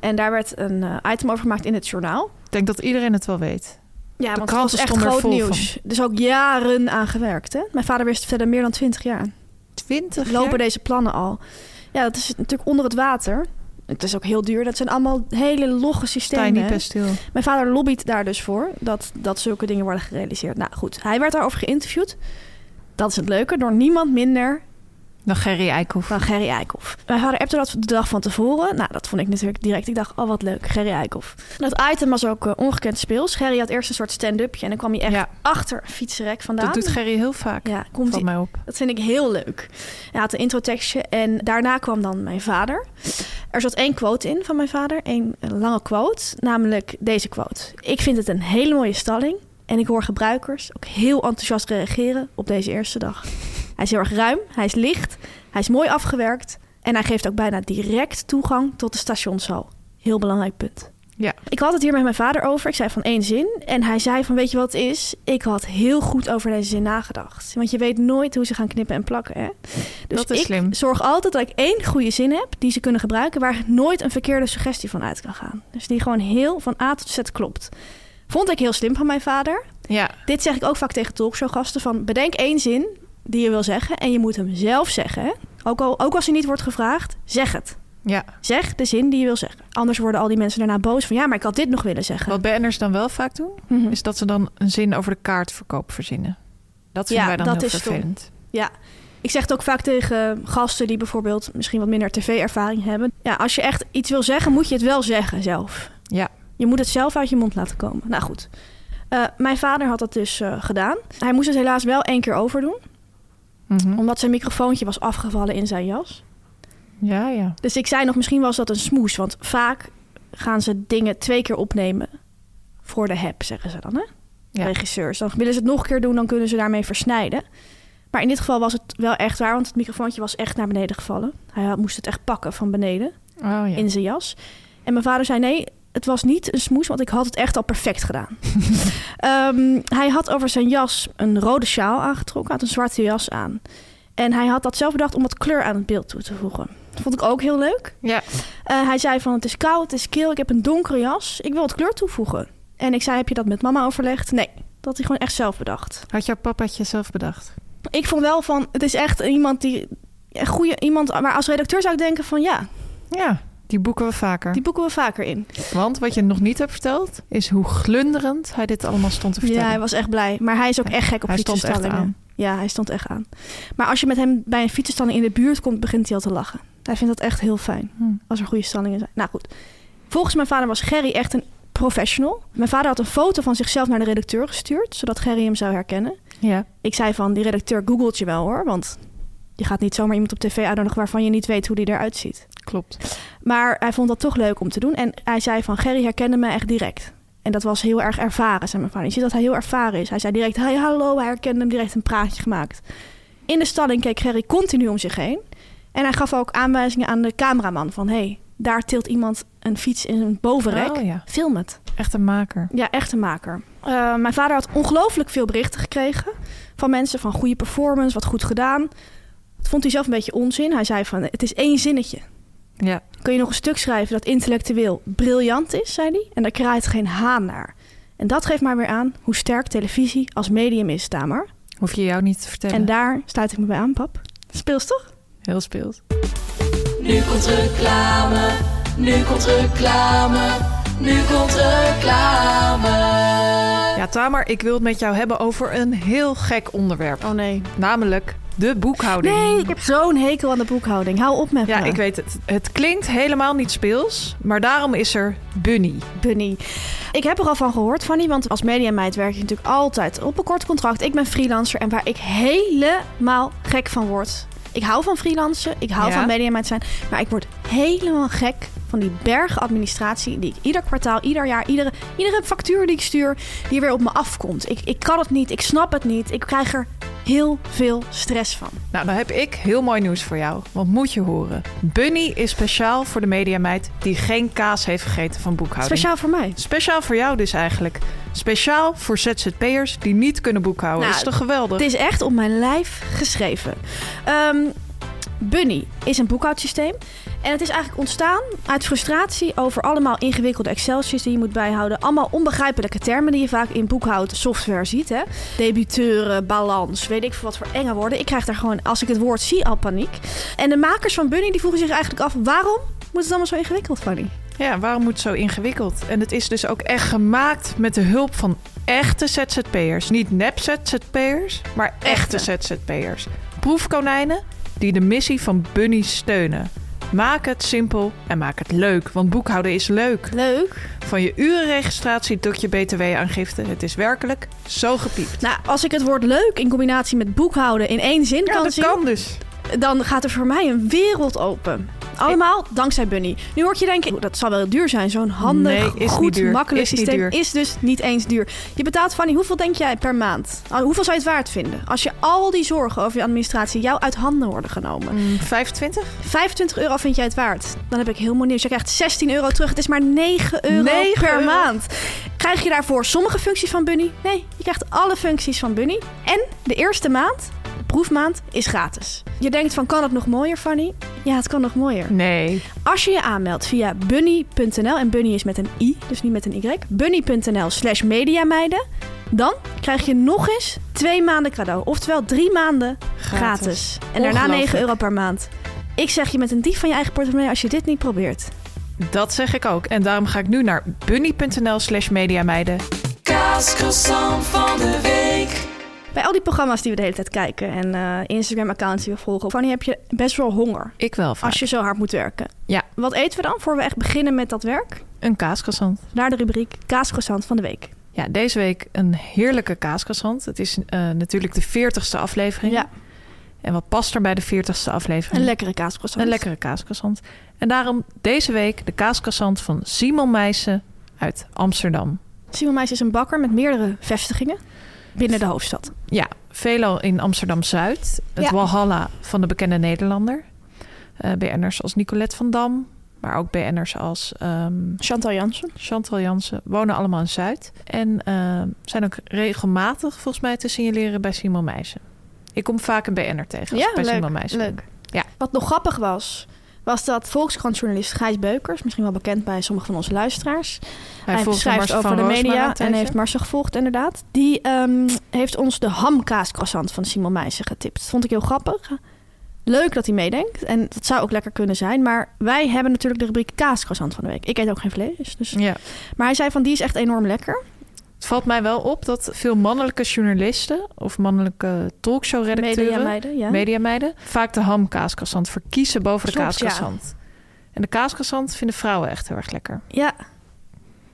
S3: En daar werd een eh, item over gemaakt in het journaal.
S2: Ik denk dat iedereen het wel weet.
S3: Ja,
S2: De
S3: want het
S2: kranten
S3: was echt
S2: stonden er
S3: groot
S2: vol
S3: nieuws. Dus ook jaren aan gewerkt. Hè? Mijn vader wist verder meer dan 20 jaar.
S2: Twintig
S3: lopen
S2: jaar?
S3: deze plannen al. Ja, dat is natuurlijk onder het water. Het is ook heel duur. Dat zijn allemaal hele logge
S2: Sta je
S3: systemen.
S2: niet
S3: hè.
S2: best stil.
S3: Mijn vader lobbyt daar dus voor dat, dat zulke dingen worden gerealiseerd. Nou goed, hij werd daarover geïnterviewd. Dat is het leuke, door niemand minder
S2: Dan Gerry Eikhoff.
S3: dan Gerry Eikhoff. Mijn vader appte dat de dag van tevoren. Nou, dat vond ik natuurlijk direct. Ik dacht, oh wat leuk, Gerry Eikhoff. Dat item was ook eh, ongekend speels. Gerry had eerst een soort stand-upje en dan kwam hij echt
S2: Ja.
S3: achter een fietsenrek vandaan.
S2: Dat doet Gerry heel vaak.
S3: ja, komt
S2: Valt
S3: hij
S2: mij op.
S3: dat vind ik heel leuk. Hij had een introtekstje en daarna kwam dan mijn vader. Er zat één quote in van mijn vader, één eh, lange quote, namelijk deze quote. Ik vind het een hele mooie stalling en ik hoor gebruikers ook heel enthousiast reageren op deze eerste dag. Hij is heel erg ruim, hij is licht, hij is mooi afgewerkt en hij geeft ook bijna direct toegang tot de stationshal. Heel belangrijk punt.
S2: Ja.
S3: Ik had het hier met mijn vader over. Ik zei van één zin. En hij zei van, weet je wat het is? Ik had heel goed over deze zin nagedacht. Want je weet nooit hoe ze gaan knippen en plakken, hè? Dus
S2: Dat is
S3: ik
S2: slim.
S3: zorg altijd dat ik één goede zin heb die ze kunnen gebruiken... waar nooit een verkeerde suggestie van uit kan gaan. Dus die gewoon heel van A tot Z klopt. Vond ik heel slim van mijn vader.
S2: Ja,
S3: Dit zeg ik ook vaak tegen talkshowgasten van... bedenk één zin die je wil zeggen en je moet hem zelf zeggen. hè? Ook, al, ook als hij niet wordt gevraagd, zeg het.
S2: ja.
S3: Zeg de zin die je wil zeggen. Anders worden al die mensen daarna boos van... ja, maar ik had dit nog willen zeggen.
S2: Wat BN'ers dan wel vaak doen,
S3: Mhm.
S2: is dat ze dan een zin over de kaartverkoop verzinnen. Dat vinden
S3: Ja,
S2: wij dan
S3: dat
S2: heel
S3: is stom.
S2: vervelend.
S3: Ja, Ik zeg het ook vaak tegen gasten die bijvoorbeeld misschien wat minder tv-ervaring hebben. Ja, als je echt iets wil zeggen, moet je het wel zeggen zelf.
S2: Ja.
S3: Je moet het zelf uit je mond laten komen. Nou goed. Eh, mijn vader had dat dus eh, gedaan. Hij moest het helaas wel één keer overdoen.
S2: Mhm.
S3: Omdat zijn microfoontje was afgevallen in zijn jas.
S2: Ja, ja.
S3: Dus ik zei nog, misschien was dat een smoes. Want vaak gaan ze dingen twee keer opnemen voor de heb, zeggen ze dan. Hè?
S2: Ja.
S3: Regisseurs. Dan willen ze het nog een keer doen, dan kunnen ze daarmee versnijden. Maar in dit geval was het wel echt waar, want het microfoontje was echt naar beneden gevallen. Hij had- moest het echt pakken van beneden
S2: Oh, ja.
S3: in zijn jas. En mijn vader zei: Nee, het was niet een smoes, want ik had het echt al perfect gedaan. Ehm, hij had over zijn jas een rode sjaal aangetrokken, had een zwarte jas aan. En hij had dat zelf bedacht om wat kleur aan het beeld toe te voegen. Dat vond ik ook heel leuk.
S2: ja.
S3: Eh, hij zei van het is koud, het is kil, ik heb een donkere jas. Ik wil wat kleur toevoegen. En ik zei, heb je dat met mama overlegd? Nee, dat had hij gewoon echt zelf bedacht.
S2: Had jouw papa het jezelf bedacht?
S3: Ik vond wel van, het is echt iemand die... Een goede iemand, maar als redacteur zou ik denken van ja,
S2: Ja, die boeken we vaker.
S3: die boeken we vaker in.
S2: Want wat je nog niet hebt verteld, is hoe glunderend hij dit allemaal stond te vertellen.
S3: Ja, hij was echt blij. Maar hij is ook
S2: Ja,
S3: echt gek op
S2: hij stond echt
S3: fietsenstallingen. Ja, hij stond echt aan. Maar als je met hem bij een fietsenstalling in de buurt komt, begint hij al te lachen. Hij vindt dat echt heel fijn,
S2: Hmm.
S3: als er goede stallingen zijn. Nou goed, volgens mijn vader was Gerry echt een professional. Mijn vader had een foto van zichzelf naar de redacteur gestuurd, zodat Gerry hem zou herkennen.
S2: Ja.
S3: Ik zei van, die redacteur googelt je wel hoor, want je gaat niet zomaar iemand op tv uitnodigen waarvan je niet weet hoe die eruit ziet.
S2: Klopt.
S3: Maar hij vond dat toch leuk om te doen. En hij zei van, Gerry herkende me echt direct. En dat was heel erg ervaren, zei mijn vader. Je ziet dat hij heel ervaren is. Hij zei direct, hi, hallo. Hij herkende hem direct een praatje gemaakt. In de stalling keek Gerry continu om zich heen. En hij gaf ook aanwijzingen aan de cameraman. Van, hé, hey, daar tilt iemand een fiets in een bovenrek.
S2: Oh ja,
S3: Film het.
S2: echt een maker.
S3: Ja, echt een maker. Eh, mijn vader had ongelooflijk veel berichten gekregen van mensen van goede performance, wat goed gedaan. Dat vond hij zelf een beetje onzin. Hij zei van, het is één zinnetje.
S2: Ja.
S3: Kun je nog een stuk schrijven dat intellectueel briljant is, zei hij. En daar kraait geen haan naar. En dat geeft maar weer aan hoe sterk televisie als medium is, Tamer.
S2: Hoef je jou niet te vertellen.
S3: En daar sluit ik me bij aan, pap. Speels toch?
S2: Heel speels.
S4: Nu komt reclame, nu komt reclame, nu komt reclame.
S2: Ja, Tamar, ik wil het met jou hebben over een heel gek onderwerp.
S3: Oh nee.
S2: Namelijk de boekhouding.
S3: Nee, ik heb zo'n hekel aan de boekhouding. Hou op met
S2: Ja,
S3: me.
S2: ik weet het. Het klinkt helemaal niet speels, maar daarom is er Bunny.
S3: Bunny. Ik heb er al van gehoord, Fanny, want als mediameid werk je natuurlijk altijd op een kort contract. Ik ben freelancer en waar ik helemaal gek van word. Ik hou van freelancen, ik hou
S2: Ja.
S3: van mediameid zijn, maar ik word helemaal gek van die bergen administratie die ik ieder kwartaal, ieder jaar, iedere, iedere factuur die ik stuur, die weer op me afkomt. Ik, ik kan het niet, ik snap het niet, ik krijg er heel veel stress van.
S2: Nou, dan heb ik heel mooi nieuws voor jou. Want moet je horen. Bunny is speciaal voor de mediameid die geen kaas heeft gegeten van boekhouding.
S3: Speciaal voor mij.
S2: Speciaal voor jou dus eigenlijk. Speciaal voor ZZP'ers die niet kunnen boekhouden.
S3: Nou,
S2: is toch geweldig?
S3: Het is echt op mijn lijf geschreven. Ehm, Bunny is een boekhoudsysteem. En het is eigenlijk ontstaan uit frustratie over allemaal ingewikkelde Excelsies die je moet bijhouden. Allemaal onbegrijpelijke termen die je vaak in boekhoudsoftware ziet. Hè? Debiteuren, balans, weet ik veel wat voor enge woorden. Ik krijg daar gewoon, als ik het woord zie, al paniek. En de makers van Bunny die vroegen zich eigenlijk af, waarom moet het allemaal zo ingewikkeld, Fanny?
S2: Ja, waarom moet het zo ingewikkeld? En het is dus ook echt gemaakt met de hulp van echte ZZP'ers. Niet nep ZZP'ers, maar echte ZZP'ers. Proefkonijnen die de missie van Bunny steunen. Maak het simpel en maak het leuk, want boekhouden is leuk.
S3: Leuk.
S2: Van je urenregistratie tot je btw-aangifte, het is werkelijk zo gepiept.
S3: Nou, als ik het woord leuk in combinatie met boekhouden in één zin
S2: Ja,
S3: kan
S2: dat
S3: zien...
S2: kan dus.
S3: dan gaat er voor mij een wereld open. Allemaal dankzij Bunny. Nu hoor ik je denken, "Oeh, dat zal wel duur zijn. Zo'n handig,
S2: Nee, is
S3: goed,
S2: niet duur.
S3: makkelijk
S2: Is niet
S3: systeem
S2: duur.
S3: is dus niet eens duur. Je betaalt, Fanny, hoeveel denk jij per maand? Ah, Hoeveel zou je het waard vinden? Als je al die zorgen over je administratie jou uit handen worden genomen.
S2: 25?
S3: 25 euro vind jij het waard? Dan heb ik helemaal nieuws. Je krijgt 16 euro terug. Het is maar 9 euro
S2: 9
S3: per
S2: euro.
S3: maand. Krijg je daarvoor sommige functies van Bunny? Nee, je krijgt alle functies van Bunny. En de eerste maand, de proefmaand, is gratis. Je denkt van, kan het nog mooier, Fanny? Ja, het kan nog mooier.
S2: Nee.
S3: Als je je aanmeldt via bunny.nl, en bunny is met een i, dus niet met een y, bunny.nl slash mediameiden, dan krijg je nog eens twee maanden cadeau. Oftewel drie maanden gratis. En daarna 9
S2: Ongelooflijk.
S3: euro per maand. Ik zeg je met een dief van je eigen portemonnee als je dit niet probeert.
S2: Dat zeg ik ook. En daarom ga ik nu naar bunny.nl slash mediameiden.
S4: Kaascroissant van de week.
S3: Bij al die programma's die we de hele tijd kijken en eh, Instagram-accounts die we volgen, Fanny, heb je best wel honger
S2: Ik wel vaak.
S3: als je zo hard moet werken.
S2: Ja.
S3: Wat eten we dan voor we echt beginnen met dat werk?
S2: Een kaascroissant.
S3: Naar de rubriek kaascroissant van de week.
S2: Ja, deze week een heerlijke kaascroissant. Het is eh, natuurlijk de 40ste aflevering.
S3: Ja,
S2: En wat past er bij de 40ste aflevering?
S3: een lekkere kaascroissant.
S2: Een lekkere kaascroissant. En daarom deze week de kaascroissant van Simon Meijsen uit Amsterdam.
S3: Simon Meijs is een bakker met meerdere vestigingen binnen de hoofdstad.
S2: Ja, veelal in Amsterdam-Zuid. Het
S3: Ja.
S2: Walhalla van de bekende Nederlander. Eh BN'ers als Nicolette van Dam. Maar ook BN'ers als ehm,
S3: Chantal Jansen.
S2: Chantal Jansen. Wonen allemaal in Zuid. En ehm, zijn ook regelmatig volgens mij te signaleren bij Simon Meijsen. Ik kom vaak een BN'er tegen als ik bij Simon Meijsen ben.
S3: leuk.
S2: Ja.
S3: Wat nog grappig was, was dat Volkskrantjournalist Gijs Beukers, misschien wel bekend bij sommige van onze luisteraars,
S2: Hij, volgt
S3: schrijft
S2: Marcel
S3: over
S2: van
S3: de
S2: Roosmalen een
S3: media en
S2: tijdje.
S3: heeft Marcel gevolgd, inderdaad. Die ehm, heeft ons de hamkaascroissant van Simon Meijsen getipt. Vond ik heel grappig. Leuk dat hij meedenkt. En dat zou ook lekker kunnen zijn. Maar wij hebben natuurlijk de rubriek kaascroissant van de week. Ik eet ook geen vlees. Dus.
S2: Ja.
S3: Maar hij zei van, die is echt enorm lekker.
S2: Het valt mij wel op dat veel mannelijke journalisten of mannelijke talkshow-redacteuren,
S3: meiden, ja.
S2: mediameiden, vaak de ham-kaaskassant verkiezen boven de
S3: Klopt, ja.
S2: kaaskassant. En de kaaskassant vinden vrouwen echt heel erg lekker.
S3: Ja.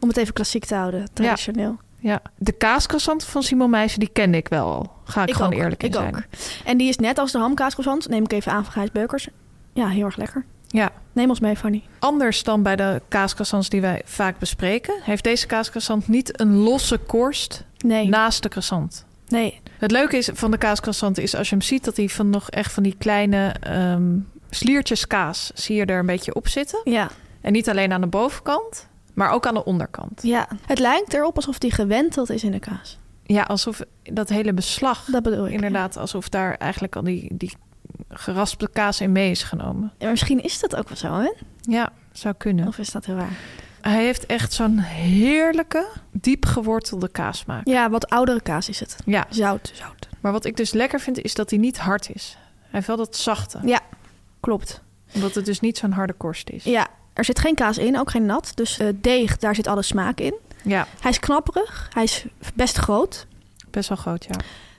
S3: Om het even klassiek te houden, traditioneel.
S2: Ja, de kaaskassant van Simon Meijsen, die kende ik wel al. Ga ik, gewoon
S3: ook,
S2: eerlijk in
S3: ik
S2: zijn.
S3: ook. En die is net als de hamkaascroissant, neem ik even aan van Gijs Beukers. Ja, heel erg lekker.
S2: Ja.
S3: Neem ons mee, Fanny.
S2: Anders dan bij de kaaskassants die wij vaak bespreken, heeft deze kaaskassant niet een losse korst
S3: Nee,
S2: naast de croissant.
S3: nee.
S2: Het leuke is van de kaascroissant is als je hem ziet dat hij van nog echt van die kleine ehm, sliertjes kaas zie je er een beetje op zitten.
S3: Ja.
S2: En niet alleen aan de bovenkant, maar ook aan de onderkant.
S3: Ja, het lijkt erop alsof die gewenteld is in de kaas.
S2: Ja, alsof dat hele beslag
S3: Dat bedoel ik.
S2: inderdaad alsof daar eigenlijk al die, die geraspte kaas in mee is genomen.
S3: Ja, maar misschien is dat ook wel zo, hè?
S2: Ja, zou kunnen.
S3: Of is dat heel waar?
S2: Hij heeft echt zo'n heerlijke, diep gewortelde kaasmaak.
S3: Ja, wat oudere kaas is het.
S2: Ja,
S3: Zout, zout.
S2: maar wat ik dus lekker vind is dat hij niet hard is. Hij heeft wel dat zachte,
S3: Ja, klopt.
S2: omdat het dus niet zo'n harde korst is.
S3: Ja, er zit geen kaas in, ook geen nat. Dus eh, deeg, daar zit alle smaak in.
S2: ja.
S3: Hij is knapperig, hij is best groot.
S2: Best wel groot, ja.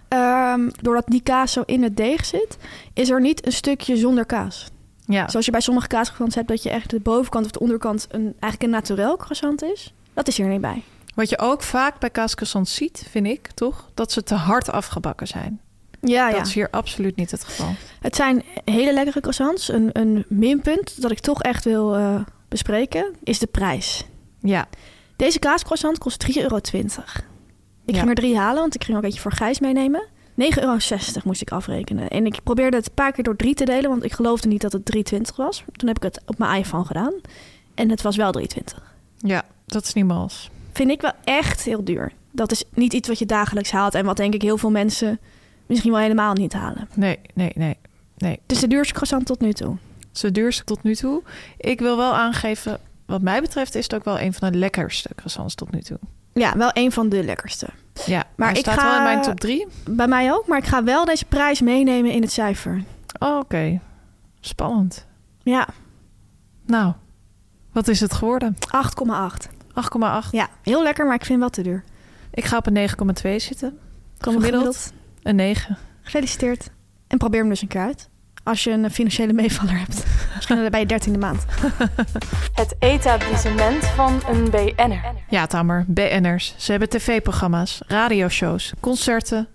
S3: Ehm, doordat die kaas zo in het deeg zit, is er niet een stukje zonder kaas.
S2: Ja,
S3: Zoals je bij sommige kaascroissants hebt, dat je echt de bovenkant of de onderkant een, eigenlijk een naturel croissant is. Dat is hier niet bij.
S2: wat je ook vaak bij kaascroissants ziet, vind ik, toch? Dat ze te hard afgebakken zijn.
S3: Ah, Ja,
S2: Dat is hier absoluut niet het geval.
S3: Het zijn hele lekkere croissants. Een, een minpunt dat ik toch echt wil eh, bespreken is de prijs.
S2: Ja,
S3: Deze kaascroissant kost 3,20 euro. Ik
S2: Ja.
S3: ging er drie halen, want ik ging ook eentje voor Gijs meenemen. 9,60 euro moest ik afrekenen. En ik probeerde het een paar keer door drie te delen, want ik geloofde niet dat het 3,20 was. Toen heb ik het op mijn iPhone gedaan. En het was wel 3,20.
S2: ja, dat is niet mals.
S3: Vind ik wel echt heel duur. Dat is niet iets wat je dagelijks haalt en wat denk ik heel veel mensen misschien wel helemaal niet halen.
S2: Nee, nee, nee.
S3: Het is de duurste croissant tot nu toe.
S2: Het is de duurste tot nu toe. Ik wil wel aangeven, wat mij betreft is het ook wel een van de lekkerste croissants tot nu toe.
S3: Ja, wel een van de lekkerste.
S2: Ja,
S3: Maar
S2: hij
S3: ik
S2: staat
S3: ga-
S2: wel in mijn top drie.
S3: Bij mij ook, maar ik ga wel deze prijs meenemen in het cijfer.
S2: Oh, oké. Spannend.
S3: Ja,
S2: Nou, wat is het geworden?
S3: 8,8.
S2: 8,8.
S3: Ja, heel lekker, maar ik vind wel te duur.
S2: Ik ga op een 9,2 zitten.
S3: Kom
S2: Gemiddeld? Een 9.
S3: Gefeliciteerd. En probeer hem dus een keer uit. Als je een financiële meevaller hebt. Misschien bij je dertiende maand.
S4: Het etablissement van een BN'er.
S2: Ja, Tamer, BN'ers. Ze hebben tv-programma's, radioshows, concerten,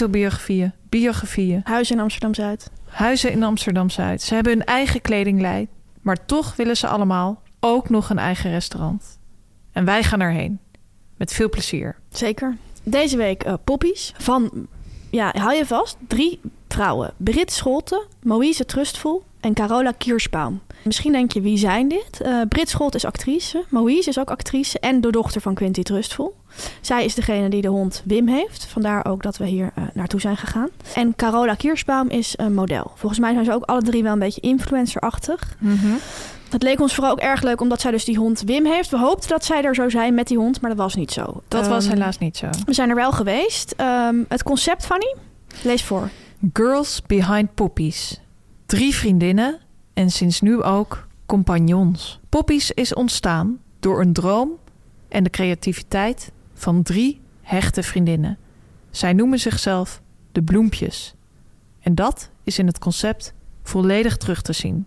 S2: autobiografieën, biografieën,
S3: Huis in Amsterdam-Zuid.
S2: huizen in Amsterdam-Zuid. Ze hebben hun eigen kledinglijn, maar toch willen ze allemaal ook nog een eigen restaurant. En wij gaan erheen. Met veel plezier.
S3: Zeker. Deze week eh poppies van, ja, hou je vast, drie vrouwen. Brit Scholte, Moïse Trustful en Carola Kiersbaum. Misschien denk je, wie zijn dit? Eh Brit Scholte is actrice, Moïse is ook actrice en de dochter van Quinty Trustful. Zij is degene die de hond Wim heeft, vandaar ook dat we hier eh, naartoe zijn gegaan. En Carola Kiersbaum is een model. Volgens mij zijn ze ook alle drie wel een beetje influencerachtig. Het leek ons vooral ook erg leuk omdat zij dus die hond Wim heeft. We hoopten dat zij er zou zijn met die hond, maar dat was niet zo.
S2: Dat was
S3: Ehm,
S2: helaas niet zo.
S3: we zijn er wel geweest. Ehm, het concept, Fanny, lees voor.
S2: Girls Behind Poppies. Drie vriendinnen en sinds nu ook compagnons. Poppies is ontstaan door een droom en de creativiteit van drie hechte vriendinnen. Zij noemen zichzelf de bloempjes. En dat is in het concept volledig terug te zien.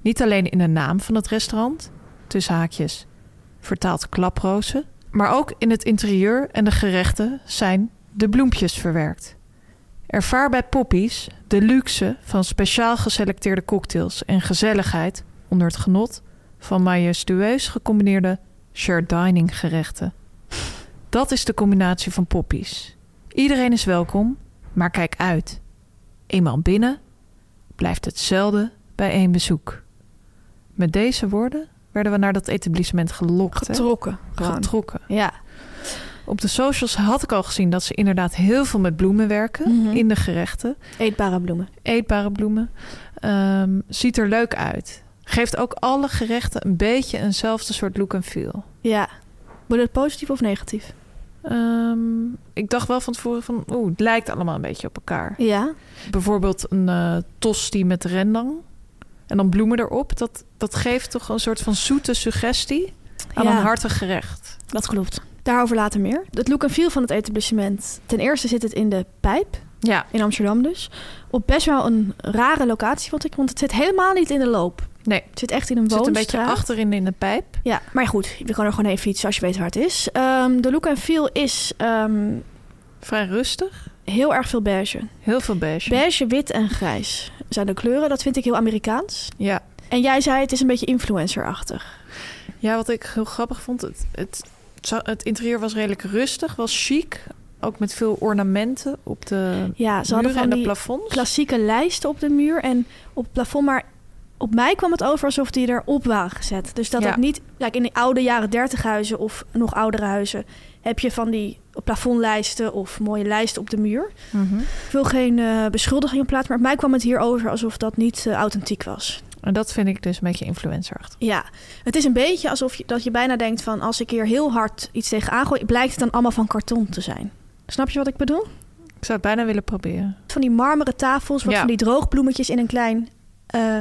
S2: Niet alleen in de naam van het restaurant, tussen haakjes, vertaald klaprozen, maar ook in het interieur en de gerechten zijn de bloempjes verwerkt. Ervaar bij Poppies de luxe van speciaal geselecteerde cocktails en gezelligheid onder het genot van majestueus gecombineerde shared dining gerechten. Dat is de combinatie van Poppies. Iedereen is welkom, maar kijk uit. Eenmaal binnen blijft hetzelfde bij één bezoek. Met deze woorden werden we naar dat etablissement gelokt. hè?
S3: Getrokken. gewoon.
S2: Getrokken.
S3: Ja.
S2: Op de socials had ik al gezien dat ze inderdaad heel veel met bloemen werken
S3: Mhm.
S2: in de gerechten.
S3: Eetbare bloemen.
S2: Eetbare bloemen. Ehm, ziet er leuk uit. Geeft ook alle gerechten een beetje eenzelfde soort look en feel.
S3: Ja. Wordt het positief of negatief?
S2: Ehm, ik dacht wel van tevoren van, oeh, het lijkt allemaal een beetje op elkaar.
S3: Ja.
S2: Bijvoorbeeld een eh tosti met rendang en dan bloemen erop. Dat, dat geeft toch een soort van zoete suggestie aan
S3: ja.
S2: een hartig gerecht.
S3: Dat klopt. Daarover later meer. Het look en feel van het etablissement. Ten eerste zit het in de pijp,
S2: Ja,
S3: in Amsterdam dus. Op best wel een rare locatie, vond ik. Want het zit helemaal niet in de loop.
S2: nee.
S3: Het zit echt in een
S2: Het zit een
S3: woonstraat.
S2: beetje achterin in de pijp.
S3: Ja, maar goed. Je kan er gewoon heen fietsen als je weet waar het is. Ehm, de look en feel is ehm,
S2: Vrij rustig.
S3: heel erg veel beige.
S2: Heel veel beige.
S3: Beige, wit en grijs zijn de kleuren. Dat vind ik heel Amerikaans.
S2: ja.
S3: En jij zei het is een beetje influencerachtig.
S2: ja, wat ik heel grappig vond. Het, het, het za- het interieur was redelijk rustig, was chic. Ook met veel ornamenten op de
S3: Ja, ze
S2: muren
S3: hadden
S2: en
S3: van
S2: de
S3: die
S2: plafonds.
S3: klassieke lijsten op de muur en op het plafond. Maar op mij kwam het over alsof die erop waren gezet. Dus dat
S2: Ja.
S3: het niet... Kijk, in die oude jaren dertig huizen of nog oudere huizen... heb je van die plafondlijsten of mooie lijsten op de muur.
S2: Mhm.
S3: Ik wil geen eh beschuldigingen plaatsen, maar op mij kwam het hier over alsof dat niet eh, authentiek was.
S2: En dat vind ik dus een beetje influencerachtig.
S3: Ja, het is een beetje alsof je, dat je bijna denkt van... als ik hier heel hard iets tegenaan gooi, blijkt het dan allemaal van karton te zijn. Snap je wat ik bedoel?
S2: Ik zou het bijna willen proberen.
S3: Van die marmeren tafels, wat
S2: Ja.
S3: van die droogbloemetjes in een klein eh,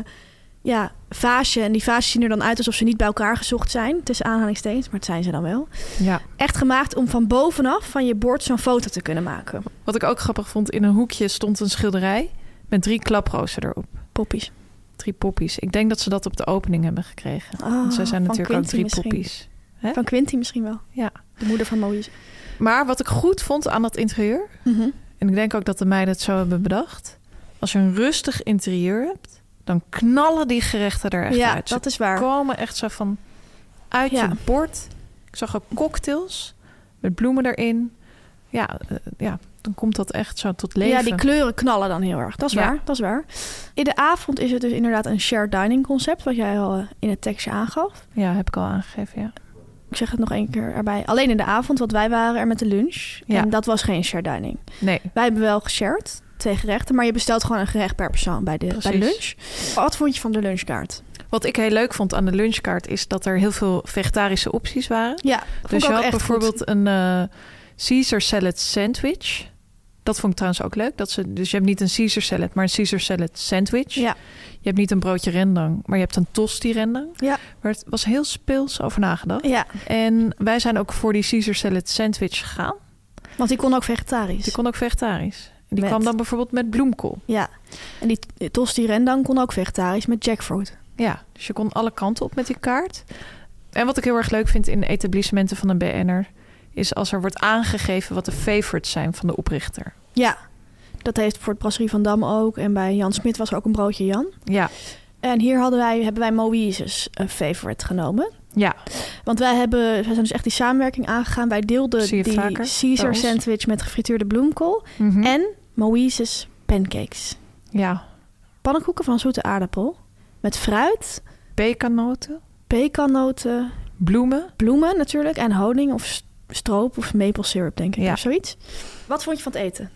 S3: ja, vaasje. En die vaasjes zien er dan uit alsof ze niet bij elkaar gezocht zijn. Tussen aanhalingstekens, maar het zijn ze dan wel.
S2: Ja.
S3: Echt gemaakt om van bovenaf van je bord zo'n foto te kunnen maken.
S2: Wat ik ook grappig vond, in een hoekje stond een schilderij met drie klaprozen erop.
S3: Poppies.
S2: Drie poppies. Ik denk dat ze dat op de opening hebben gekregen.
S3: Ah,
S2: Want zij zijn
S3: van
S2: natuurlijk ook
S3: Quinty
S2: drie
S3: misschien.
S2: poppies. Hè?
S3: Van Quinty misschien wel.
S2: Ja.
S3: De moeder van Moïse.
S2: Maar wat ik goed vond aan dat interieur,
S3: Mhm.
S2: En ik denk ook dat de meiden het zo hebben bedacht. Als je een rustig interieur hebt, dan knallen die gerechten er echt
S3: ja,
S2: uit. Ze
S3: dat is waar.
S2: komen echt zo van uit
S3: Ja.
S2: je bord. Ik zag ook cocktails met bloemen erin. Ja, eh, ja, dan komt dat echt zo tot leven.
S3: Ja, die kleuren knallen dan heel erg. Dat is
S2: Ja.
S3: waar, dat is waar. In de avond is het dus inderdaad een shared dining concept... wat jij al eh, in het tekstje aangaf.
S2: ja, heb ik al aangegeven, ja.
S3: Ik zeg het nog één keer erbij. Alleen in de avond, want wij waren er met de lunch.
S2: Ja.
S3: En dat was geen shared dining.
S2: Nee,
S3: Wij hebben wel geshared, twee gerechten... maar je bestelt gewoon een gerecht per persoon bij de, bij de lunch.
S2: Precies.
S3: Wat vond je van de lunchkaart?
S2: wat ik heel leuk vond aan de lunchkaart... is dat er heel veel vegetarische opties waren.
S3: Ja, vond
S2: dus je
S3: ik ook
S2: had
S3: echt
S2: bijvoorbeeld
S3: goed.
S2: een eh, Caesar salad sandwich. Dat vond ik trouwens ook leuk. Dat ze, dus je hebt niet een Caesar salad, maar een Caesar salad sandwich.
S3: Ja.
S2: Je hebt niet een broodje rendang, maar je hebt een tosti rendang.
S3: Ja.
S2: Waar het was heel speels over nagedacht.
S3: Ja,
S2: En wij zijn ook voor die Caesar salad sandwich gegaan.
S3: want die kon ook vegetarisch.
S2: Die kon ook vegetarisch. En die
S3: Met-
S2: kwam dan bijvoorbeeld met bloemkool.
S3: Ja, en die eh, tosti rendang kon ook vegetarisch met jackfruit.
S2: Ja, dus je kon alle kanten op met die kaart. En wat ik heel erg leuk vind in etablissementen van een BN'er... is als er wordt aangegeven wat de favorites zijn van de oprichter.
S3: Ja, dat heeft voor het Brasserie van Dam ook. En bij Jan Smit was er ook een broodje Jan.
S2: Ja,
S3: En hier hadden wij, hebben wij Moïse's een favorite genomen.
S2: ja.
S3: Want wij, hebben, wij zijn dus echt die samenwerking aangegaan. Wij deelden
S2: Zie je
S3: die
S2: vaker bij
S3: Caesar
S2: ons.
S3: sandwich met gefrituurde bloemkool.
S2: Mhm.
S3: En Moïse's pancakes.
S2: Ja,
S3: Pannenkoeken van zoete aardappel. Met fruit,
S2: pekannoten,
S3: pekannoten,
S2: bloemen.
S3: bloemen natuurlijk. En honing of s- stroop of maple syrup denk ik
S2: Ja.
S3: of zoiets. Wat vond je van het eten?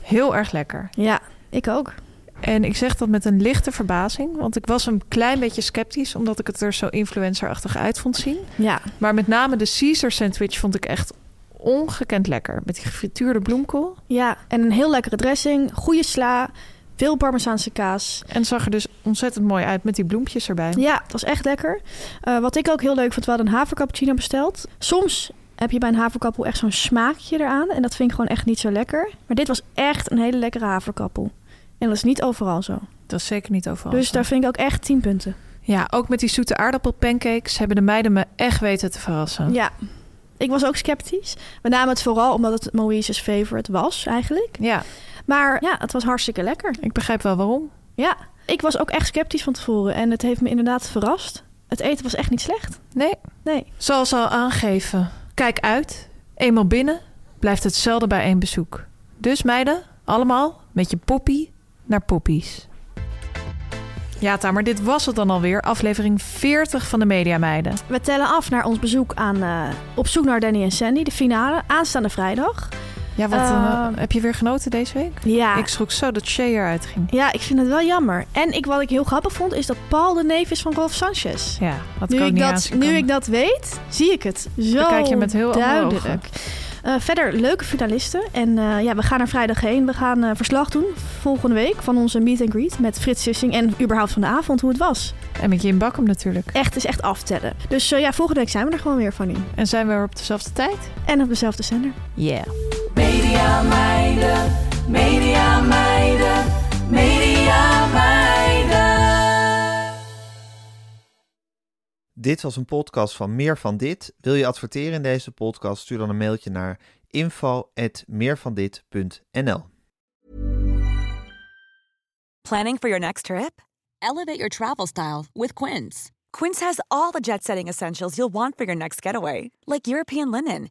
S2: Heel erg lekker.
S3: Ja, ik ook.
S2: En ik zeg dat met een lichte verbazing, want ik was een klein beetje sceptisch, omdat ik het er zo influencerachtig uit vond zien.
S3: Ja,
S2: Maar met name de Caesar sandwich vond ik echt ongekend lekker. Met die gefrituurde bloemkool.
S3: ja. en een heel lekkere dressing, goede sla, veel parmezaanse kaas.
S2: En zag er dus ontzettend mooi uit met die bloempjes erbij.
S3: Ja, het was echt lekker. Eh, wat ik ook heel leuk vond, we hadden een havercappuccino besteld. Soms heb je bij een haverkappel echt zo'n smaakje eraan. En dat vind ik gewoon echt niet zo lekker. Maar dit was echt een hele lekkere haverkappel. En dat is niet overal zo.
S2: Dat is zeker niet overal.
S3: dus
S2: zo.
S3: daar vind ik ook echt 10 punten.
S2: Ja, ook met die zoete aardappelpancakes hebben de meiden me echt weten te verrassen.
S3: Ja. Ik was ook sceptisch. Met name het vooral omdat het Moïse's favorite was eigenlijk.
S2: Ja,
S3: Maar ja, het was hartstikke lekker.
S2: ik begrijp wel waarom.
S3: Ja. Ik was ook echt sceptisch van tevoren. En het heeft me inderdaad verrast. Het eten was echt niet slecht.
S2: Nee,
S3: Nee.
S2: zoals al aangegeven. Kijk uit. Eenmaal binnen blijft het zelden bij één bezoek. Dus meiden, allemaal met je poppie naar poppies. Ja, Tamer, dit was het dan alweer. Aflevering 40 van de Media Meiden.
S3: We tellen af naar ons bezoek aan eh, Op zoek naar Danny en Sandy, de finale, aanstaande vrijdag.
S2: Ja, wat
S3: Eh,
S2: eh, heb je weer genoten deze week?
S3: Ja.
S2: Ik schrok zo dat Shay eruit ging.
S3: Ja, ik vind het wel jammer. En ik, wat ik heel grappig vond, is dat Paul de neef is van Rolf Sanchez.
S2: Ja, dat
S3: Nu
S2: kan
S3: ik,
S2: niet
S3: dat,
S2: aanzien
S3: nu
S2: komen.
S3: ik dat weet, zie ik het zo
S2: kijk je met heel andere
S3: duidelijk.
S2: ogen.
S3: Eh, verder leuke finalisten. En eh, ja, we gaan er vrijdag heen. We gaan eh, verslag doen volgende week van onze meet and greet met Frits Sissing. En überhaupt van de avond, hoe het was.
S2: En met Jim Bakkum natuurlijk.
S3: Echt, is echt aftellen. Dus eh, ja, volgende week zijn we er gewoon weer van in.
S2: En zijn we er op dezelfde tijd?
S3: En op dezelfde zender.
S2: Yeah.
S4: Media meiden, media meiden, media meiden.
S5: Dit was een podcast van Meer van Dit. Wil je adverteren in deze podcast? Stuur dan een mailtje naar info.meervandit.nl
S6: Planning for your next trip? Elevate your travel style with Quince. Quince has all the jet setting essentials you'll want for your next getaway, like European linen,